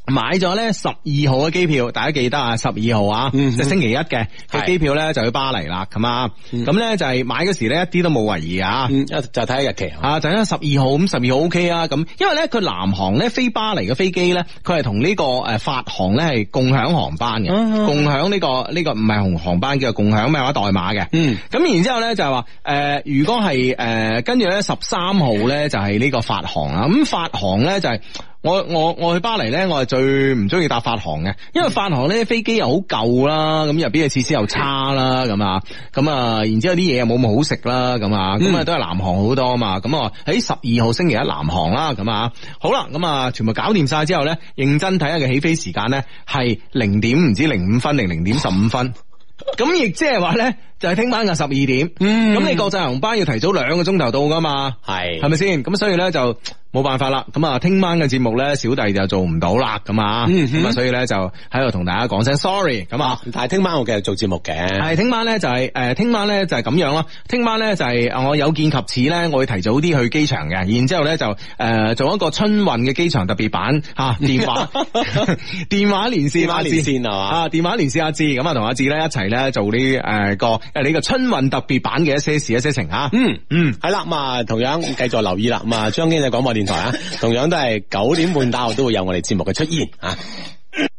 A: 買咗咧十二號嘅機票，大家記得啊，十二號啊，
C: 嗯
A: 即係星期一嘅嘅
C: 係
A: 機票咧就去巴黎啦，咁啊，
C: 嗯
A: 咁咧就係買嗰時咧一啲都冇懷疑啊，
C: 嗯，一就睇下日期啊。
A: 啊，就喺十二號咁，十二號 OK 啊，咁因為咧佢南航咧飛巴黎嘅飛機咧，佢係同呢個誒法航咧係共享航班嘅，
C: 嗯
A: 共享呢、個呢、個唔係紅航班叫共享咩話代碼嘅。
C: 嗯
A: 咁然之後咧就係話誒，如果係誒跟住咧十三號咧就係呢個法航啦，啊咁法航咧就係、我我我去巴黎咧，我係最唔中意搭法航嘅，因為法航呢啲飛機又好舊啦，咁入邊嘅設施又差啦，咁啊，咁啊，然之後啲嘢又冇咁好食啦，咁啊，咁啊
C: 嗯
A: 都係南航好多嘛，咁啊喺十二號星期一南航啦，咁啊，好啦，咁啊全部搞掂晒之後咧，認真睇下佢起飛時間咧係零點唔知零五分定零點十五分。 咁亦即係話咧，就係聽晚嘅十二點。
C: 嗯
A: 咁你國際航班要提早兩個鐘頭到噶嘛？
C: 係
A: 係咪先？咁所以咧就冇辦法啦。咁啊，聽晚嘅節目咧，小弟就做唔到啦。咁啊，
C: 嗯
A: 咁啊，
C: 哼
A: 所以咧就喺度同大家講聲 sorry。咁啊
C: 啊，，但係聽晚我繼續做節目嘅。
A: 係聽晚咧就係、誒，聽晚咧就係咁樣咯。聽晚咧就係、啊我有見及此咧，我會提早啲去機場嘅，然之後咧就誒、做一個春運嘅機場特別版嚇、啊、電話 電話連線
C: 電話
A: 阿志
C: 連線係嘛
A: 啊電話連線阿志咁啊同阿志咧一齊咧做呢誒個誒呢個春運特別版嘅一些事一些情嚇、啊
C: 嗯。
A: 嗯。
C: 系啦，咁啊，同樣繼續留意啦，咁啊，張經濟廣播電台 啊，同樣都係九點半打後都會有我哋節目嘅出現啊。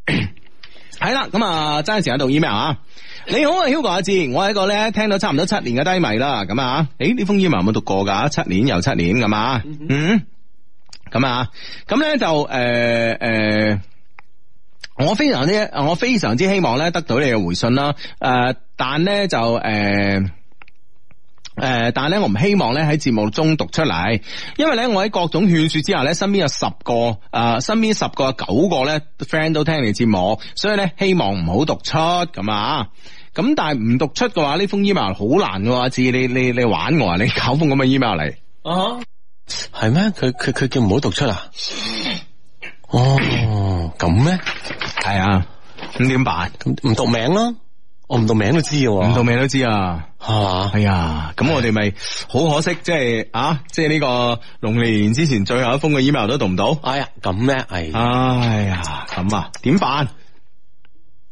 A: 系啦，咁啊，揸緊時間讀 email 啊！你好啊，Hugo 阿志，我係一個咧聽到差唔多七年嘅低迷啦，咁啊，诶呢封 email 有冇讀過㗎？七年又七年咁啊，嗯，咁啊，咁咧就诶诶。呃我非常之，我非常之希望咧得到你嘅回信啦。诶、但咧就诶。呃诶、呃但系咧，我唔希望咧喺節目中讀出嚟，因為咧我喺各種勸说之下咧，身邊有十個诶、呃身邊十個有九個咧 friend 都聽你節目，所以咧希望唔好讀出咁啊。咁但係唔讀出嘅話，呢封 email 好難嘅喎，阿志，你你你玩我啊？你搞封咁嘅 email 嚟？
C: 啊，系咩？佢佢佢叫唔好讀出啊？哦，咁咩？
A: 係啊，咁點辦？
C: 咁唔讀名啦，我唔讀名都知嘅喎，
A: 唔到尾都知啊。
C: 系嘛？
A: 哎呀，咁我哋咪好可惜，即係啊，即係呢個龍年之前最後一封嘅 email 都讀唔到。
C: 哎呀，咁咩？哎呀，
A: 哎呀，咁啊，點辦？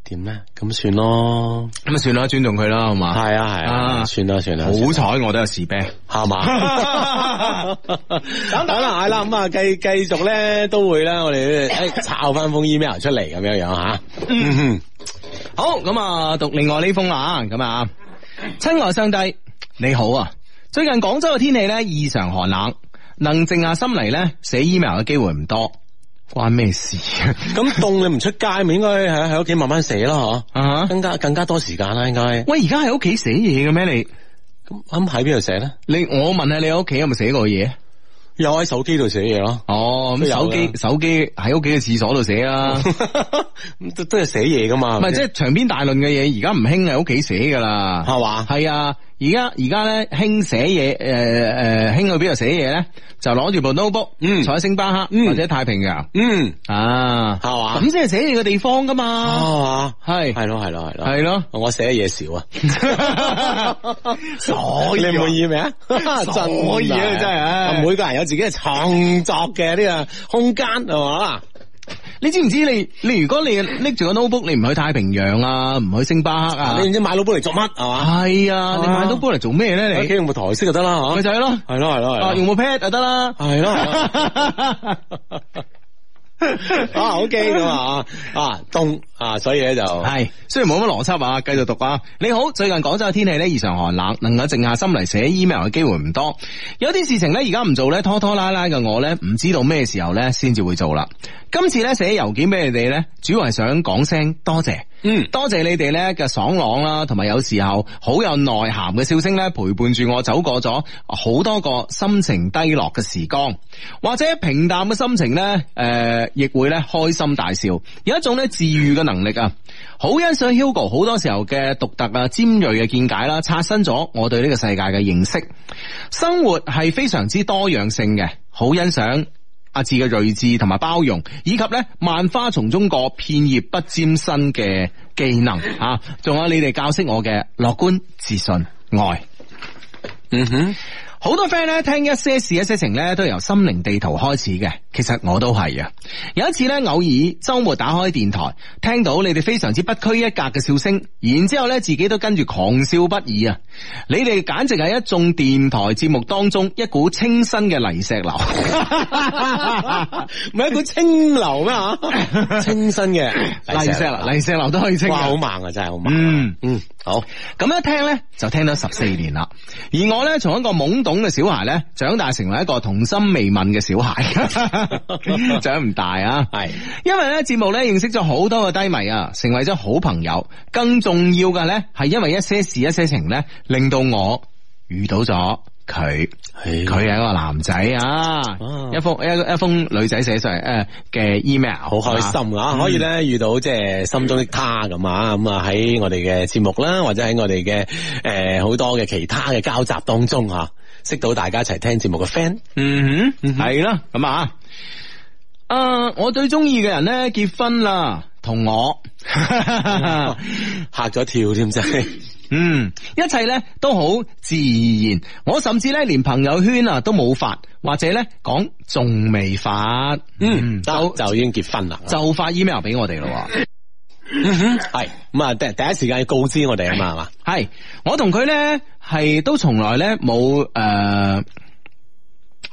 C: 點咧？咁算咯，
A: 咁啊，算啦，尊重佢啦，好嘛？
C: 係啊係
A: 啊
C: 啊，算啦算啦，
A: 好彩我都有士啤。
C: 系 嘛？ 等等啦，系啦，咁啊，繼繼續咧都會啦，我哋诶抄翻封 email 出嚟咁樣樣吓。嗯哼
A: 好，咁啊，讀另外呢封啦，咁啊，親愛上帝，你好啊！最近廣州嘅天氣咧異常寒冷，能靜下心嚟咧寫 email 嘅機會唔多，關咩事 啊？
C: 咁凍你唔出街，咪應該喺喺屋企慢慢寫咯，
A: 啊
C: 嗬，更加更加多時間啦，應該。
A: 喂，而家喺屋企寫嘢嘅咩？你
C: 咁咁喺邊度寫咧？
A: 你我問下你喺屋企有冇寫過嘢？
C: 又喺手機度寫嘢咯，
A: 哦，
C: 都
A: 咁
C: 有
A: 手機
C: 啦
A: 手機喺屋企嘅廁所度寫啊 啦，
C: 咁都都係寫嘢噶嘛，
A: 唔係即係長篇大論嘅嘢，而家唔興喺屋企寫噶啦，
C: 係嘛？
A: 係啊，而家而家咧興寫嘢，诶、诶，興去邊度寫嘢咧？就攞住部 notebook，
C: 嗯
A: 坐喺星巴克、
C: 嗯
A: 或者太平洋
C: 嗯，
A: 啊，
C: 係嘛
A: 咁先係寫嘢嘅地方噶嘛，
C: 啊
A: 係
C: 系咯系咯系咯，
A: 係 咯。
C: 我寫嘢少啊，
A: 所
C: 你滿意未啊？
A: 所以啊真係唉
C: 每個人有自己嘅創作嘅呢個空間係
A: 啊
C: 嘛？
A: 你知唔知你你如果你拎住個 notebook，你唔去太平洋啊，唔去星巴克啊
C: 你，唔知買老本嚟做乜係嘛？
A: 係啊，你
C: 啊
A: 買 notebook 嚟做咩咧？
C: 喺屋企
A: 你
C: 用部台式就得啦
A: 咪
C: 嗬，
A: 就係咯，
C: 係咯係咯
A: 啊
C: 係
A: 用
C: 咯，
A: 部 pad 就得啦。
C: 係咯係咯。啊
A: 啊
C: ，OK 咁啊，啊凍啊，所以咧就
A: 系，雖然冇乜邏輯啊，繼續讀啊。你好，最近廣州嘅天氣呢異常寒冷，能夠靜下心嚟寫 email 嘅機會唔多。有啲事情呢，而家唔做呢，拖拖拉拉嘅我呢，唔知道咩時候呢先至會做啦。今次呢，寫郵件俾你哋呢，主要係想講聲多謝。
C: 嗯
A: 多謝你哋呢嘅爽朗啦，同埋有時候好有內涵嘅笑聲呢，陪伴住我走過咗好多個心情低落嘅時光，或者平淡嘅心情呢，诶、亦會呢開心大笑，有一種呢治愈嘅能力啊！好欣賞 Hugo 好多時候嘅獨特啊、尖鋭嘅見解啦，刷新咗我對呢個世界嘅認識。生活係非常之多樣性嘅，好欣賞。阿志嘅睿智同埋包容，以及咧萬花叢中個片葉不沾身嘅技能啊，仲有你哋教識我嘅樂觀、自信、愛。
C: 嗯哼，
A: 好多 friend 咧聽一些事一些情咧，都由心靈地圖開始嘅。其實我都係啊。有一次咧，偶爾周末打開電台，聽到你哋非常之不拘一格嘅笑聲，然之後咧自己都跟住狂笑不已啊！你哋簡直係一眾電台節目當中一股清新嘅泥石流。
C: 唔係一股清流咩吓？清新嘅 啊
A: 泥石啊流，泥石流都可以清嘅
C: 哇，好猛啊，真係好猛。
A: 嗯，
C: 嗯，好，
A: 咁一啊聽呢，就聽咗十四年啦，而我呢，從一個懵懂嘅小孩呢，長大成為一個童心未泯嘅小孩， 長唔大啊，
C: 係
A: 因為呢節目呢，認識咗好多嘅低迷啊，成為咗好朋友，更重要嘅呢，係因為一些事一些情呢，令到我遇到咗佢。佢係一個男仔啊，一封一一封女仔寫上嚟诶嘅 email，
C: 好開心啊！可以咧遇到即係心中的他咁啊，咁啊喺我哋嘅節目啦，或者喺我哋嘅诶好多嘅其他嘅交集當中啊，識到大家一齊聽節目嘅 friend，
A: 嗯哼，系啦，咁啊，啊，我最中意嘅人咧結婚啦，同我，
C: 嚇咗跳添真係。
A: 嗯，一切咧都好自然，我甚至咧連朋友圈啊都冇發，或者咧講仲未發，
C: 嗯，
A: 就
C: 就就已經結婚啦。
A: 就發 email 俾我哋咯喎。
C: 係咁啊，第第一時間要告知我哋啊嘛，係嘛？
A: 系，我同佢咧系都從來咧冇诶。呃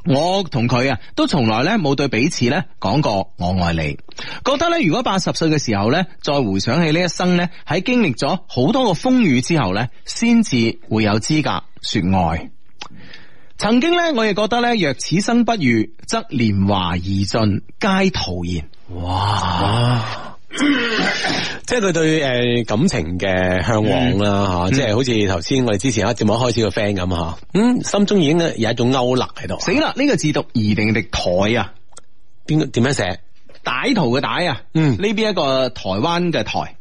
A: 我同佢啊，都從來咧冇對彼此咧講過我愛你。覺得咧，如果八十歲嘅時候咧，再回想起呢一生咧，喺經歷咗好多個風雨之後咧，先至會有資格說愛。曾經咧，我亦覺得咧，若此生不遇，則年華已盡，皆徒然。
C: 即係佢對诶感情嘅向往啦，吓，即係好似頭先我哋之前一節目一開始個 friend 咁吓，嗯，心中已經有一種勾勒喺度。
A: 死啦！呢、個字讀疑定定台啊，
C: 邊個點樣寫？
A: 歹徒嘅歹啊，
C: 嗯
A: 呢邊一個台灣嘅台。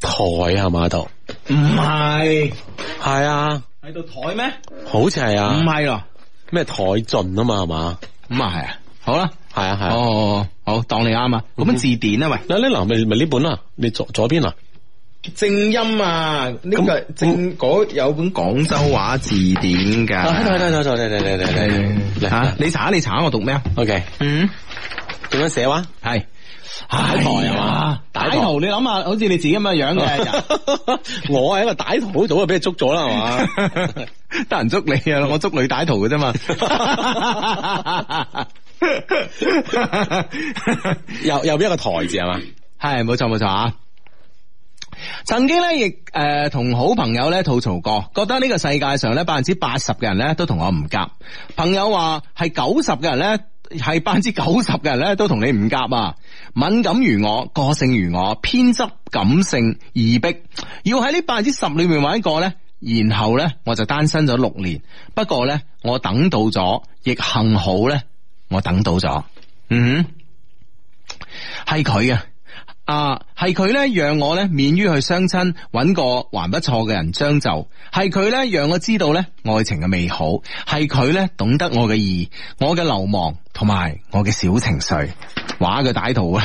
C: 台係嘛度？
A: 唔系
C: 係啊，
A: 喺度台咩？
C: 好似係
A: 唔
C: 啊，
A: 系咯，
C: 咩台盡啊嘛，係嘛？
A: 咁啊系啊，好啦，
C: 係啊係啊。
A: 哦，好，當你啱啊。咁樣字典啊，喂，
C: 嗱呢嗱咪咪呢本啦，你左左邊啊，
A: 正音啊，呢個正嗰有本廣州話字典㗎
C: 睇睇睇睇睇睇睇睇睇
A: 吓
C: 吓，
A: 你查下你查下我讀咩啊？
C: ，OK，
A: 嗯，
C: 點樣寫話？
A: 係。
C: 唉
A: 歹徒啊，
C: 歹
A: 歹
C: 徒
A: 徒，你諗下，好似你自己咁嘅樣嘅人，
C: 我係一個歹徒，好早就俾你捉咗啦，係嘛？
A: 得人捉你啊！我捉女歹徒嘅啫嘛。
C: 右右邊一個台字係 嘛？
A: 系冇錯冇錯啊！曾經咧，亦诶同好朋友咧吐槽過，覺得呢個世界上咧百分之八十嘅人咧都同我唔夾。朋友話係九十嘅人咧。係百分之九十嘅人咧，都同你唔夾啊！敏感如我，個性如我，偏執、感性、易迫，要喺呢百分之十裏面揾一個咧，然後咧我就單身咗六年。不過咧，我等到咗，亦幸好咧，我等到咗。嗯哼。系佢啊。啊，係佢咧讓我咧免於去相親，揾個還不錯嘅人將就；係佢咧讓我知道咧愛情嘅美好；係佢咧懂得我嘅意，我嘅流氓同埋我嘅小情緒，畫嘅歹徒啊！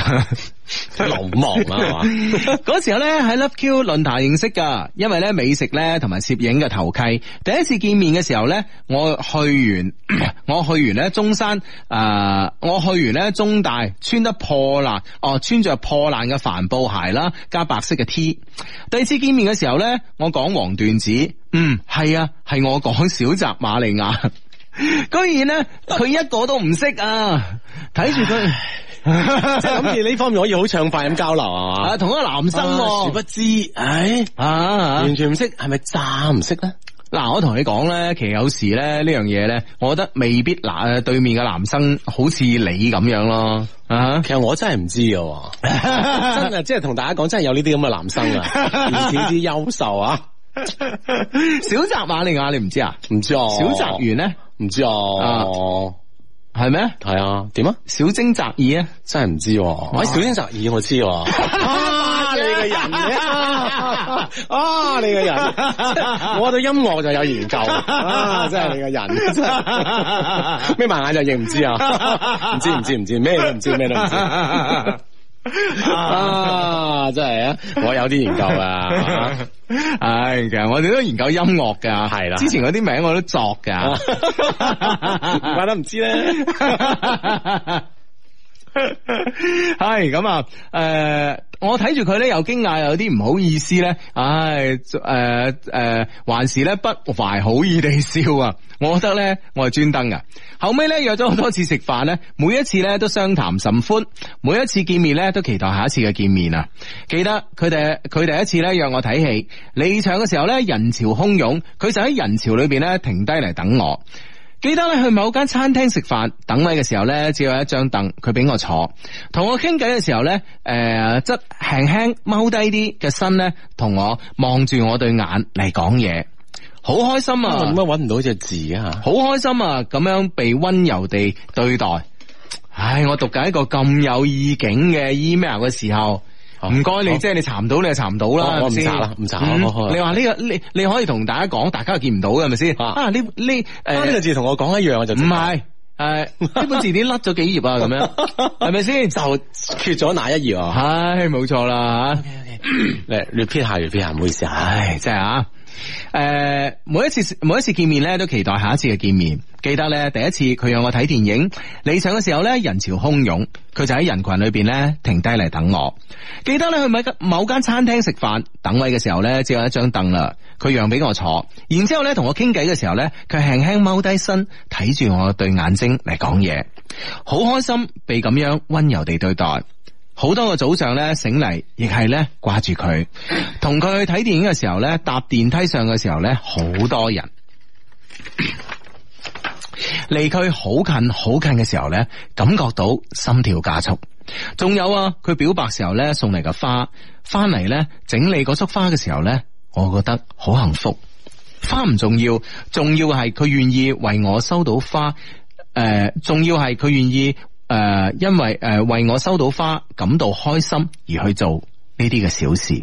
C: 流氓 啊，係嘛？
A: 嗰時候咧喺 Love Q 論壇認識噶，因為咧美食咧同埋攝影嘅頭契。第一次見面嘅時候咧，我去完 我去完咧中山，誒、啊我去完咧中大，穿得破爛，哦，穿着破爛嘅帆布鞋啦，加白色嘅 T。第二次見面嘅時候咧，我講黃段子，嗯，係啊，係我講小澤瑪利亞。 居然咧，佢一個都唔識啊！睇住佢，
C: 即係諗住呢方面可以好暢快咁交流係嘛
A: 啊，？同一個男生
C: 啊殊
A: 喎
C: 不知，唉，
A: 啊
C: 完全唔識，係咪渣唔識咧？
A: 嗱，我同你講咧，其實有時咧呢樣嘢咧，我覺得未必嗱，誒對面嘅男生好似你咁樣咯，啊，
C: 其實我真係唔知嘅喎， 真啊係即係同大家講，真係有呢啲咁嘅男生 啊，如此之優秀啊，
A: 小澤瑪利亞你唔知啊？
C: 唔知啊，
A: 小澤園咧
C: 唔知啊，
A: 係咩？
C: 係啊，點啊？
A: 小晶澤爾啊？
C: 真係唔知喎，喂，小天澤爾我知 喎。啊你個人啊！ 啊，你個人， 我對音樂就有研究啊！真係你個人，真係 眯埋眼就認唔知 啊！唔知唔知唔知，咩都唔知，咩都唔知。 啊，真係啊！我有啲研究啊，
A: 唉，其實我哋都研究音樂噶，
C: 係啦
A: 之前嗰啲名我都作噶。
C: 唔怪得唔知咧。
A: 系咁啊，诶、我睇住佢咧，又驚訝，又有啲唔好意思咧，唉，誒、誒、還是咧不懷好意地笑啊！我覺得咧，我係專登噶。後尾咧約咗好多次食飯咧，每一次咧都相談甚歡，每一次見面咧都期待下一次嘅見面啊！記得佢哋佢第一次咧約我睇戲，離場嘅時候咧人潮洶湧，佢就喺人潮裏邊咧停低嚟等我。記得咧去某間餐廳食飯，等位嘅時候咧，只有一張凳，佢俾我坐。同我傾偈嘅時候咧，诶、呃，側輕輕踎低啲嘅身咧，同我望住我對眼嚟講嘢，好開心啊！
C: 咁啊，揾唔到隻字啊！
A: 好開心啊！咁樣被温柔地對待。唉，我讀緊一個咁有意境嘅 email 嘅時候，
C: 好
A: 唔該
C: 好
A: 你，即係你查唔到你就查唔到啦，
C: 好哦我唔
A: 係咪先
C: 查啦唔查啦哦
A: 嗯
C: 好好好
A: 你話呢個你你可以同大家講，大家又見唔到嘅係咪先？
C: 啊
A: 啊，呢呢
C: 啊，呢個
A: 誒
C: 字同我講一樣，我就
A: 唔係誒呢本字典甩咗幾頁啊？咁 樣係咪先？
C: 就缺咗那一頁啊！
A: 唉，冇錯啦吓。
C: 嚟 repeat 下，repeat 下，唔好意思啊。
A: 唉，真係啊！诶、每一次每一次見面咧，都期待下一次嘅見面。記得咧，第一次佢讓我睇電影，離場嘅時候咧，人潮洶湧，佢就喺人群裏邊咧停低嚟等我。記得咧去某間某間餐廳食飯，等位嘅時候咧，只有一張凳啦，佢讓俾我坐。然之後咧，同我傾偈嘅時候咧，佢輕輕踎低身，睇住我對眼睛嚟講嘢，好開心被咁樣温柔地對待。好多個早上咧醒嚟，亦係咧掛住佢，同佢去睇電影嘅時候咧，搭電梯上嘅時候咧，好多人。離佢好近好近嘅時候咧，感覺到心跳加速。仲有啊，佢表白時候咧送嚟嘅花，翻嚟咧整理嗰束花嘅時候咧，我覺得好幸福。花唔重要，重要係佢願意為我收到花。诶、重要係佢願意诶、誒因為诶、誒為我收到花感到開心而去做呢啲嘅小事。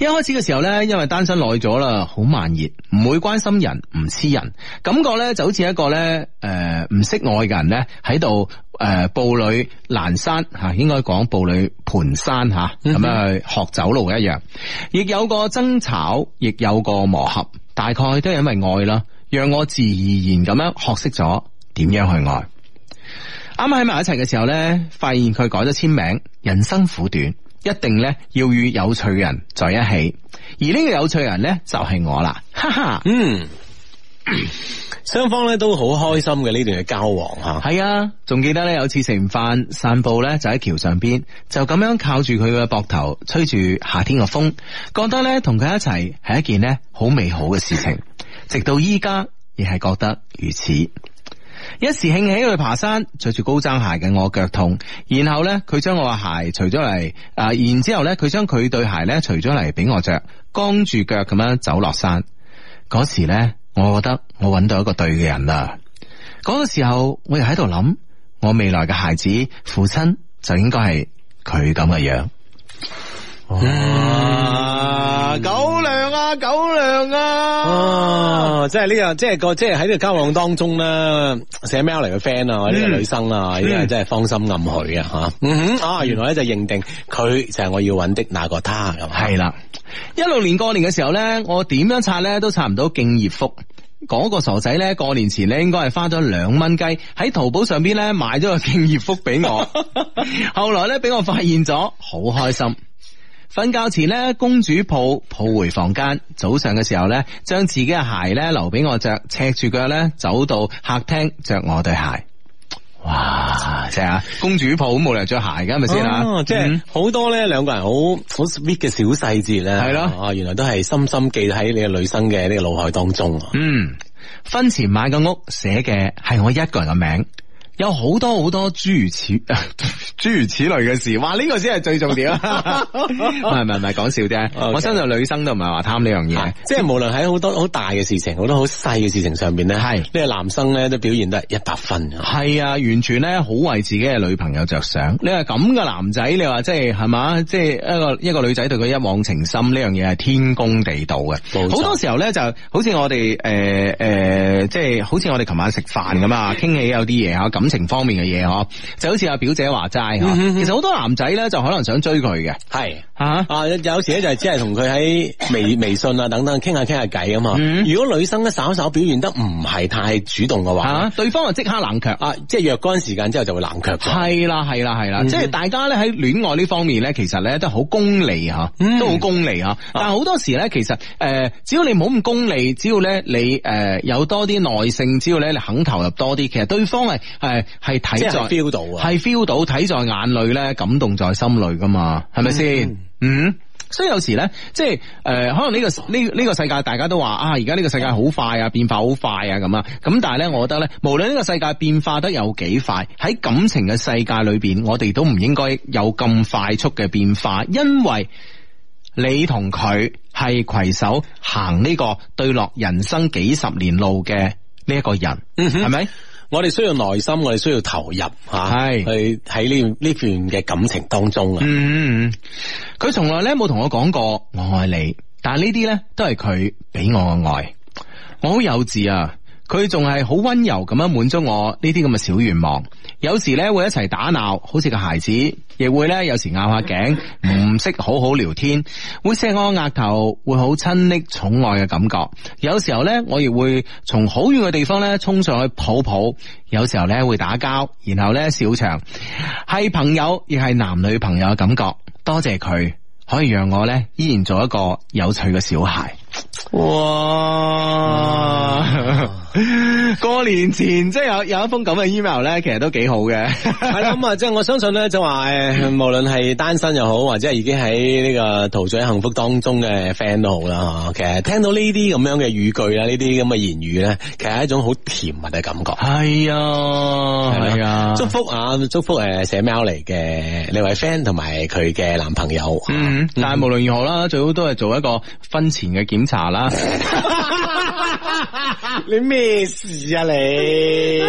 A: 一開始嘅時候呢，因為單身耐咗啦，好慢熱，唔會關心人，唔黐人，感覺呢就好似一個呢誒唔識愛嘅人呢喺度誒步履蹣跚嚇，應該講步履蹣跚嚇，咁樣去學走路一樣，亦有個爭吵，亦有個磨合，大概都係因為愛啦，讓我自然而然咁樣學識咗點樣去愛。啱啱喺埋一齊嘅時候呢，發現佢改咗簽名，人生苦短，一定呢要與有趣嘅人在一起，而呢個有趣嘅人呢，就係我啦，哈哈，
C: 嗯，雙方咧都好開心嘅呢段嘅交往吓。
A: 係啊，仲記得呢，有次食完飯散步呢，就喺橋上邊，就咁樣靠住佢嘅膊頭，吹住夏天嘅風，覺得呢，同佢一齊係一件呢好美好嘅事情，直到依家亦係覺得如此。一時興起去爬山，着住高踭鞋嘅我腳痛，然後呢，佢將我嘅鞋除咗嚟，啊、然之後咧佢將佢對鞋呢除咗嚟俾我着，光住腳咁樣走落山。嗰時呢，我覺得我揾到一個對嘅人啦。嗰、個時候我又喺度諗，我未來嘅孩子父親就應該係佢咁嘅樣。啊，狗粮啊，狗粮啊！
C: 哦，即系呢個，即系個，即系喺呢個交往當中咧，寫 mail 嚟嘅 friend 啊，呢個
A: 嗯
C: 女生啊，呢個
A: 嗯
C: 真係芳心暗許啊吓。嗯哼，啊，原來咧就認定佢就係我要揾的那個他咁。
A: 係啦，一六年過年嘅時候咧，我點樣刷咧都刷唔到敬業福。嗰個傻仔咧，過年前咧應該係花咗兩蚊雞喺淘寶上邊咧買咗個敬業福俾 我，後來咧俾我發現咗，好開心。瞓覺前咧，公主抱抱回房間。早上嘅時候咧，將自己嘅鞋咧留俾我着，赤住腳咧走到客廳着我對鞋。哇！即係啊，公主抱冇理由着鞋噶，係咪先啊？
C: 哦即係好多咧，兩個人好好 sweet 嘅小細節咧，
A: 係咯
C: 啊，原來都係深深記喺你嘅女生嘅呢個腦海當中啊。
A: 嗯，婚前買嘅屋寫嘅係我一個人嘅名，有好多好多諸如此 諸如此類嘅事。哇，呢、個先係最重點。唔係唔係唔係講笑啫
C: OK 啊
A: 我相信女生都唔係話貪呢樣嘢。
C: 即係無論喺好多好大嘅事情，好多好細嘅事情上邊咧，
A: 係
C: 呢個男生咧都表現得一百分啊。
A: 係啊，完全咧好為自己嘅女朋友着想。你話咁嘅男仔，你話即係係嘛，即係一個一個女仔對佢一往情深呢樣嘢係天公地道嘅
C: 冇。錯
A: 好多時候咧就好似我哋誒誒，即係好似我哋琴晚食飯咁啊，傾起有啲嘢啊，感情方面嘅嘢嗬，就好似阿表姐話齋
C: 嗯哼
A: 嗬。
C: 哼
A: 其實好多男仔咧就可能想追佢嘅
C: 係。
A: 嚇。
C: 啊，有有時咧就係只係同佢喺微 微信啊等等傾下傾下偈啊嘛。
A: 嗯
C: 如果女生咧稍稍表現得唔係太主動嘅話
A: 吓，
C: 呢，
A: 啊對方就即刻冷卻，
C: 啊，即係若干時間之後就會冷卻咗。
A: 係啦，係啦，係啦，
C: 嗯
A: 即係大家咧喺戀愛呢方面咧，其實咧都好功利吓，
C: 嗯
A: 都好功利吓。但係好多時咧，其實诶、呃只要你唔好咁功利，只要咧你诶、呃有多啲耐性，只要咧你肯投入多啲，其實對方係诶系睇
C: 即係
A: 在
C: 係 feel 到啊
A: 係 feel 到睇在眼裏咧，感動在心裏噶嘛，係咪先？嗯。所以有時咧，即係誒、呃可能呢、個呢呢、個世界，大家都話啊，而家呢個世界好快啊，變化好快啊咁啊。咁但係咧，我覺得咧，無論呢個世界變化得有幾快，喺感情嘅世界裏邊，我哋都唔應該有咁快速嘅變化，因為你同佢係攜手行呢個對落人生幾十年路嘅呢一個人，
C: 嗯哼
A: 係咪？
C: 我哋需要耐心，我哋需要投入吓，
A: 係
C: 去喺呢呢段嘅感情當中啊。
A: 嗯，嗯嗯佢從來咧冇同我講過我愛你，但係呢啲咧都係佢俾我嘅愛。我好幼稚啊！佢仲係好温柔咁樣滿足我呢啲咁嘅小願望，有時咧會一齊打鬧，好似個孩子，亦會咧有時拗下頸，唔識好好聊天，會錫我額頭，會好親昵寵愛嘅感覺。有時候咧，我亦會從好遠嘅地方咧衝上去抱抱，有時候咧會打交，然後咧笑場，係朋友亦係男女朋友嘅感覺。多謝佢可以讓我咧依然做一個有趣嘅小孩。哇！
C: 啊
A: 過年前即係有有一封咁嘅 email 咧，其實都幾好嘅。
C: 係啦，咁啊，即係我相信咧，就話誒，無論係單身又好，或者係已經喺呢個陶醉喺幸福當中嘅 friend 都好啦，嚇其實聽到呢啲咁樣嘅語句啦，呢啲咁嘅言語咧，其實係一種好甜蜜嘅感覺。
A: 啊係啊
C: 係
A: 啊
C: 祝福啊，祝福誒寫 mail 嚟嘅呢位 friend 同埋佢嘅男朋友。
A: 嗯，但係無論如何啦，最好都係做一個婚前嘅檢查啦。
C: 啊你咩事啊 你？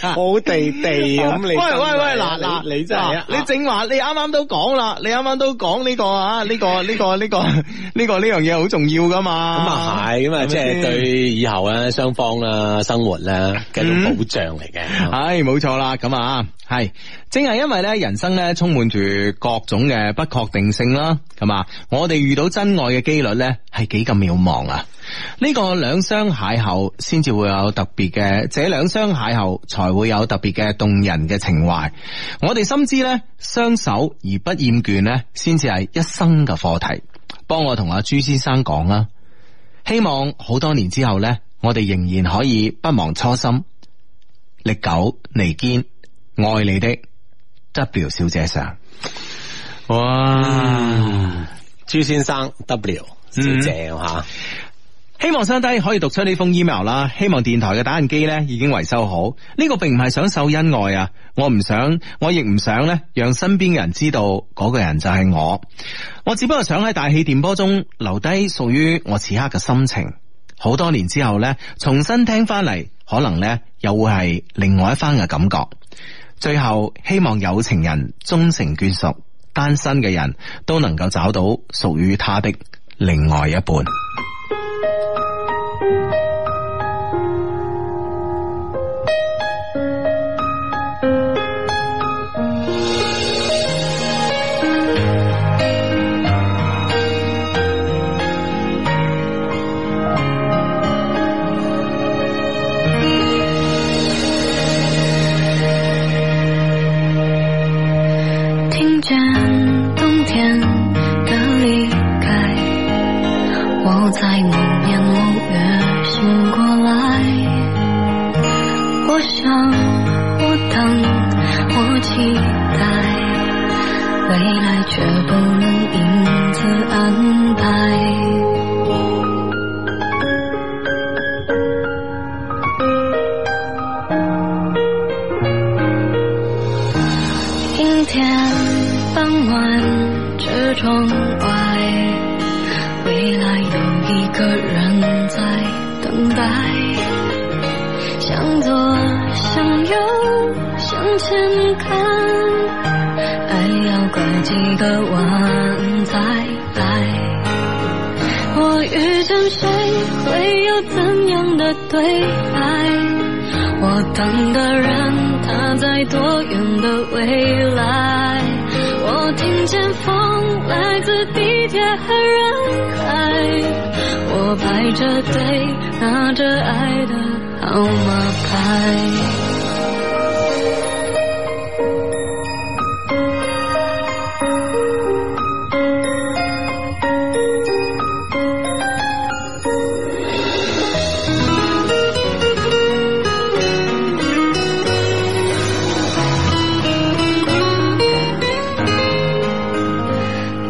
C: 好地地 咁
A: 喂喂喂，嗱嗱，
C: 你真係啊
A: 嗱你正話，你啱啱都講啦，你啱啱都講呢個啊，呢個呢個呢個呢個呢樣嘢好重要噶嘛。
C: 咁啊係，咁啊即
A: 咪
C: 係
A: 先
C: 對以後咧雙方啦生活啦嘅一種
A: 嗯
C: 保障嚟嘅。
A: 唉，冇錯啦，咁啊，係，正係因為咧，人生咧充滿住各種嘅不確定性啦，咁啊，我哋遇到真愛嘅機率咧係幾咁渺茫啊！呢、個兩相邂逅先至會有特別嘅，這兩相邂逅才會有特別嘅動人嘅情懷。我哋深知咧，相守而不厭倦咧，先至係一生嘅課題。幫我同阿朱先生講啦，希望好多年之後咧，我哋仍然可以不忘初心。历久弥坚，爱你的 W 小姐上。哇！
C: 朱先生 W 小姐吓，
A: 希望相低可以讀出呢封 email 啦。希望電台嘅打印機呢已經維修好。呢、個並唔係想秀恩愛啊，我唔想，我亦唔想呢讓身邊嘅人知道嗰個人就係我。我只不過想喺大氣電波中留低屬於我此刻嘅心情。好多年之後呢，重新聽翻嚟，可能呢又會係另外一番嘅感覺。最後，希望有情人終成眷屬，單身嘅人都能夠找到屬於他的另外一半。
E: 听见冬天的离开，我在某年某月醒过来。我想，我等，我期待，未来却不能因此安排。阴天傍晚，车窗外，未来有一个人在等待。向左，向右，向前看，还要拐几个弯才来。我遇见谁，会有怎样的对白？我等的人，他在多远的未来？我听见风来自地铁和人海，我排着队拿着爱的号码牌。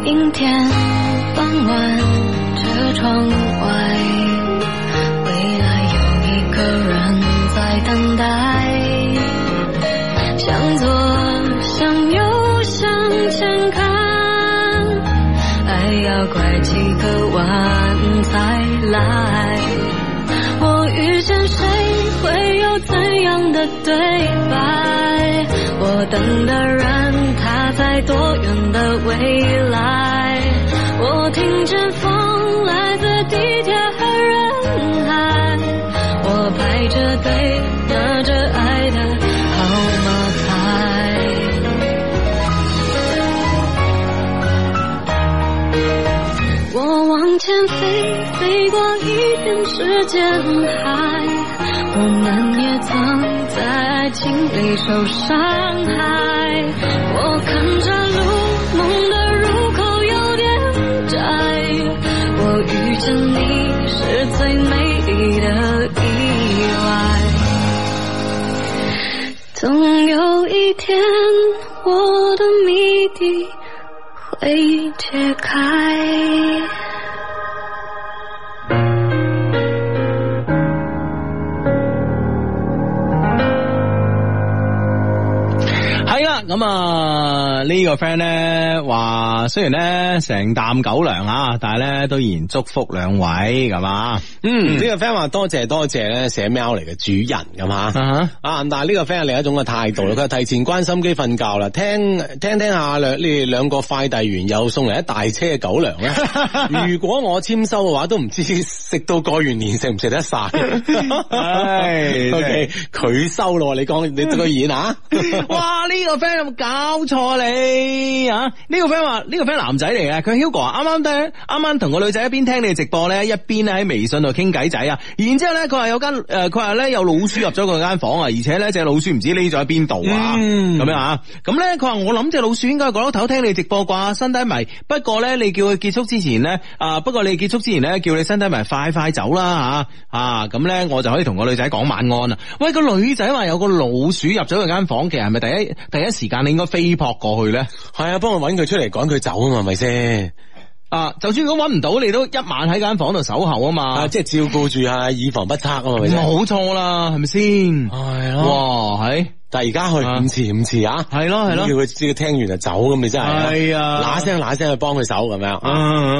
E: 阴天傍晚，车窗外，未来有一个人在等待。向左，向右，向前看，还要拐几个弯才来。我遇见谁，会有怎样的对白？我等的人，他在多远的未来？我听见风来自地铁和人海，我排着队拿着爱的号码牌。我往前飞，飞过一片时间海。我们也曾在爱情里受伤害。我看着路，梦的入口有点窄。我遇见你是最美丽的意外。总有一天，我的谜底会解开。
A: 系啦，咁啊呢个 friend 咧话，虽然咧成啖狗粮啊，但系咧都依然祝福两位咁啊。
C: 嗯，呢、個 friend 話多謝多謝咧，寫 mail 嚟嘅主人咁吓。
A: 哈
C: 啊！但係呢個 friend 係另一種嘅態度啦，佢係提前關心機瞓覺啦，聽聽聽下兩你哋兩個快遞員又送嚟一大車嘅狗糧咧。如果我簽收嘅話，都唔知食到過完年食唔食得晒。
A: 唉真係
C: O K，佢收咯，你講你居然啊？
A: 哇！呢、個 friend 有冇搞錯你啊？呢、個 friend 話呢個 friend 男仔嚟嘅，佢 Hugo 啊啱啱咧，啱啱同個女仔一邊聽你直播咧，一邊咧喺微信度傾偈仔啊。然之後咧，佢話有間誒，呃佢話咧有老鼠入咗佢間房啊，而且咧只老鼠唔知匿咗喺邊度啊，
C: 嗯
A: 咁樣啊。咁咧佢話我諗只老鼠應該喺角落頭聽你直播啩，身低迷。不過咧你叫佢結束之前咧，啊不過你結束之前咧叫你身低迷快快走啦嚇啊咁咧我就可以同個女仔講晚安啦。啊喂個女仔話有個老鼠入咗佢間房，其實係咪第一第一時間你應該飛撲過去咧？
C: 係啊，幫我揾佢出嚟趕佢走啊嘛，係咪先？
A: 啊，就算如果揾唔到，你都一晚喺間房度守候啊嘛
C: 啊，。即係照顧住啊，以防不測啊嘛，係咪先？
A: 冇錯啦，係咪先？
C: 係咯，
A: 哇，係
C: 但係而家去唔遲唔遲啊！
A: 係咯係
C: 叫
A: 咯，
C: 佢知佢聽完就走咁，你真係
A: 係啊
C: 嗱聲嗱聲去幫佢手咁樣啊！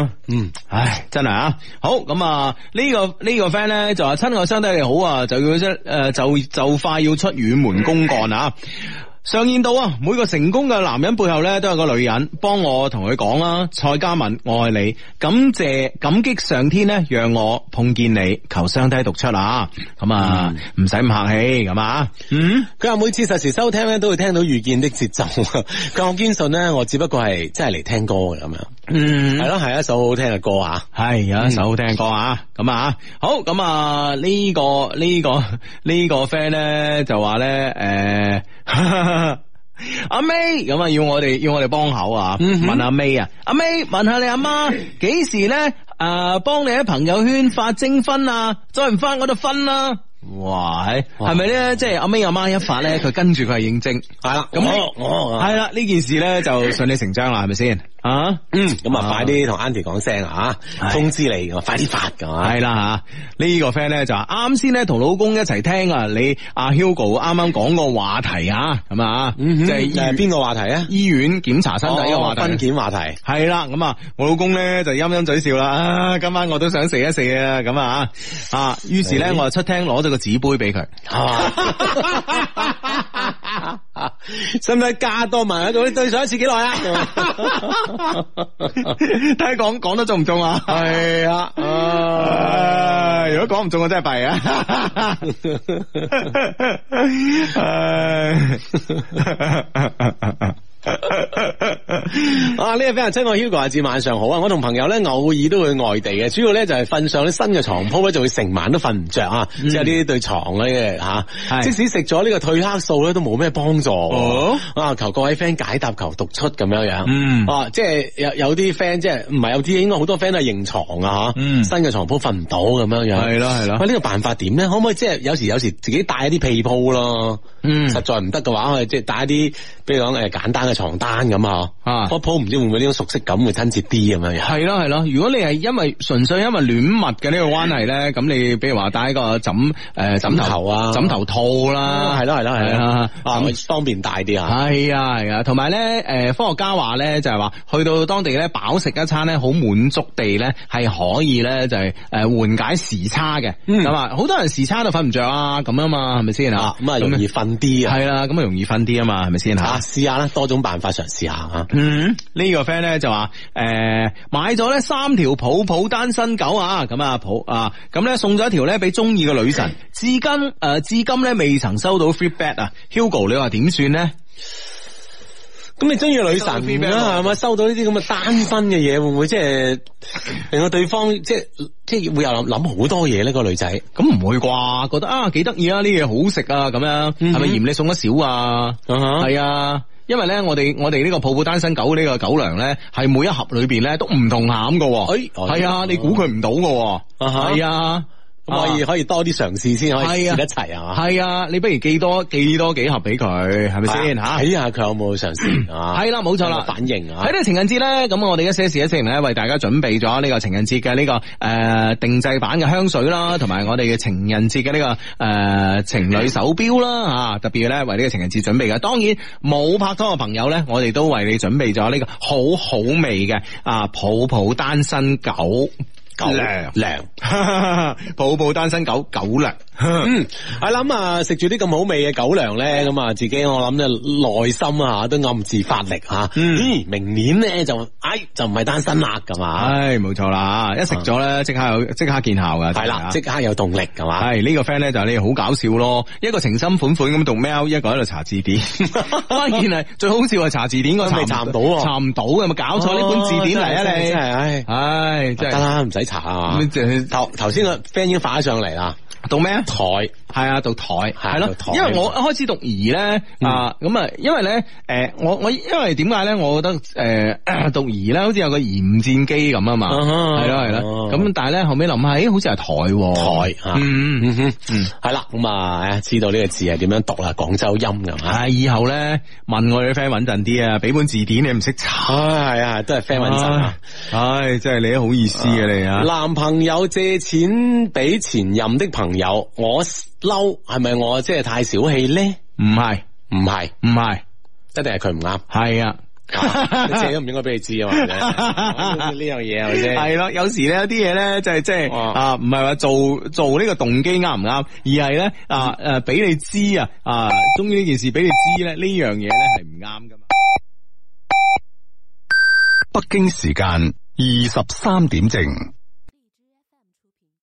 A: 嗯。
C: 嗯，
A: 唉，真係啊！好咁啊，呢、個呢、個 friend 咧就話親愛相低你好啊，就要即诶、呃就就快要出遠門公幹啊！上演到啊，每個成功嘅男人背後咧都有個女人，幫我同佢講啦，蔡嘉文，我愛你，感謝感激上天咧，讓我碰見你，求相低獨出啊，咁啊唔使咁客氣，咁啊，嗯，
C: 佢話每次實時收聽咧，都會聽到遇見的節奏。啊 佢話我堅信咧，我只不過係真係嚟聽歌嘅咁樣。
A: 嗯
C: 係咯，係一首好聽嘅歌啊！
A: 系有一首好聽嘅歌啊，咁啊，好咁啊呢個呢個呢個 friend 咧就話咧誒 阿 May 咁啊，要我哋要我哋幫口啊，
C: 嗯哼
A: 問阿 May 啊，阿 May 問下你阿媽幾時咧誒幫啊你喺朋友圈發徵婚啊，再唔發我就分啦、哇，係
C: 哇
A: 係咪咧？即係阿 May 阿媽一發咧，佢跟住佢係應徵，
C: 係啦，咁
A: 咁
C: 我我
A: 係啦，呢件事咧就順理成章啦，係咪先啊？
C: 嗯，咁啊，
A: 啊
C: 快啲同 Auntie 講聲啊，
A: 係
C: 通知你，啊我快啲發㗎嘛。
A: 系啦吓，呢、個 friend 咧就話啱先咧同老公一齊聽啊，你阿 Hugo 啱啱講個話題啊，咁啊，
C: 嗯哼，
A: 就係醫
C: 誒
A: 院
C: 邊個話題啊？
A: 醫院檢查身體嘅話
C: 哦婚
A: 題。
C: 檢話題。
A: 係啦，咁啊，我老公咧就陰陰嘴笑啦，啊，今晚我都想食一食啊，咁啊，啊，於是咧
C: 誒
A: 我就出廳攞咗個紙杯俾佢，
C: 啊係嘛使唔使加多問下佢對上一次幾耐啊？
A: 睇下講講得中唔中啊？
C: 係啊，
A: 唉如果講唔中我真係弊 啊！唉
C: 啊！呢個俾人親愛 Hugo 阿志晚上好啊！我同朋友咧偶爾都會外地嘅，主要咧就係瞓上啲新嘅床鋪咧，就會成晚都瞓唔着啊！
A: 嗯
C: 即係呢對床咧吓，
A: 係
C: 即使食咗呢個褪黑素咧，都冇咩幫助喎。
A: 哦
C: 啊！求各位 friend 解答，求讀出咁樣樣。
A: 嗯
C: 啊，即係有有啲 friend 即係唔係有啲，應該好多 friend 都係認床啊吓，
A: 嗯
C: 新嘅床鋪瞓唔到咁樣樣。
A: 係咯係咯
C: 喂，呢個辦法點咧？可唔可以即係有時有時自己帶一啲被鋪咯？
A: 嗯
C: 實在唔得嘅話，我哋即係帶一啲，比如講誒簡單嘅床單咁啊。
A: 啊
C: 個鋪唔知會唔會呢種熟悉感會親切啲咁樣樣。
A: 係咯係咯，如果你係因為純粹因為戀物嘅呢個關係 咧，咁你比如話帶個枕诶枕
C: 枕頭
A: 頭
C: 啊哦
A: 枕頭套啦，
C: 係咯係咯係咯，啊
A: 咁
C: 方便大啲啊。
A: 系啊系啊，同埋咧，诶、科學家話咧就係話，去到當地咧飽食一餐咧，好滿足地咧係可以咧就係诶緩解時差嘅，
C: 嗯
A: 咁啊、好多人時差都瞓唔着啊，咁啊嘛，係咪先
C: 啊
A: 啊？
C: 咁啊容易瞓啲啊。
A: 係啦，咁啊容易瞓啲啊嘛，係咪先吓
C: 啊，？試下啦，多種辦法嘗試下啊。
A: 嗯，呢、個 friend 咧就話诶、誒買咗咧三條抱抱單身狗啊，咁啊抱啊，咁咧送咗一條咧俾中意嘅女 神，至今诶、誒至今咧未曾收到 feedback 啊，Hugo 你話點算咧？
C: 咁你中意女神
A: 收到啊 feedback
C: 啦，係咪？收到呢啲咁嘅單身嘅嘢，會唔會即係令到對方即係即係會又諗諗好多嘢呢？個女仔
A: 咁唔會啩？覺得啊幾得意啊，呢嘢好食啊，咁樣
C: 嗯
A: 係咪嫌你送得少啊？
C: 係
A: 係啊。因為咧，我哋我哋呢個抱抱單身狗呢個狗糧咧，係每一盒裏邊咧都唔同餡嘅喎，
C: 哎
A: 係啊，你估佢唔到嘅喎，
C: 啊哈
A: 係啊，
C: 咁可以可以多啲嘗試先可以
A: 係啊
C: 試得齊係嘛？
A: 係啊，你不如寄多寄多幾盒俾佢，係咪先吓？
C: 睇下佢有冇嘗試啊？
A: 係啦，啊冇錯啦，
C: 反應啊
A: 喺呢。個情人節咧，咁我哋一些事一些情咧，為大家準備咗呢個情人節嘅呢個诶定制版嘅香水啦，同埋我哋嘅情人節嘅呢個诶情侶手錶啦，吓特別咧為呢個情人節準備嘅。當然冇拍拖嘅朋友咧，我哋都為你準備咗呢個好好味嘅啊抱抱單身狗
C: 狗
A: 糧
C: 涼，
A: 抱抱單身狗狗糧。
C: 嗯，我諗啊，食住啲咁好味嘅狗糧咧，咁啊，自己我諗咧內心啊都暗自發力吓，嗯，明年咧就，唉，就唔係單身啦，咁啊嘛，
A: 唉，冇錯啦，一食咗咧即刻有即刻見效噶，
C: 啊係
A: 真係
C: 啦，
A: 啊
C: 即刻有動力，啊係嘛，
A: 系呢、個个 friend 咧就係你好搞笑咯，一個情深款款咁讀 mail，一個喺度查字 典。關鍵係最好笑係查字典嗰個
C: 真係 查唔到喎
A: 查唔到嘅，有冇搞錯呢本字典嚟啊
C: 哦真係真
A: 你？
C: 哦係，唉，
A: 唉，真
C: 得
A: 係嗯
C: 啦，唔使查啊嘛
A: 咁，就
C: 頭頭先個 friend 已經發咗上嚟啦，
A: 讀咩啊？
C: 台，
A: 係啊，讀台
C: 係
A: 係咯
C: 讀台，嗯
A: 因為我一開始讀兒咧啊，咁啊，因為咧诶，我我因為點解咧？我覺得诶 讀兒咧，好似有個炎戰機咁啊嘛，
C: 啊哈
A: 係咯係咯，
C: 哦
A: 咁但係咧後尾諗下，咦，好似係台喎
C: 台啊
A: 嗯。
C: 嗯哼，係啦，咁啊，唉知道呢個字係點樣讀啦，廣州音咁啊，
A: 唉，以後咧問我哋啲 friend 穩陣啲啊，俾本字典你唔識
C: 唉，
A: 查，
C: 係啊，都係 friend 穩陣啊。
A: 唉，真係你都好意思嘅你啊！
C: 男朋友借錢俾前任的朋友，我嬲，係咪我即係太小氣咧？
A: 唔係
C: 唔係，
A: 唔係，
C: 一定係佢唔啱。
A: 係啊，
C: 啊你自己都唔應該俾你知啊 嘛，呢樣嘢係咪先？
A: 系咯，有時咧有啲嘢咧就係即係
C: 哦
A: 啊，唔係話做做呢個動機啱唔啱，而係咧啊诶俾你知啊啊，終於呢件事俾你知咧，呢樣嘢咧係唔啱噶嘛。
D: 北京时间二十三点正。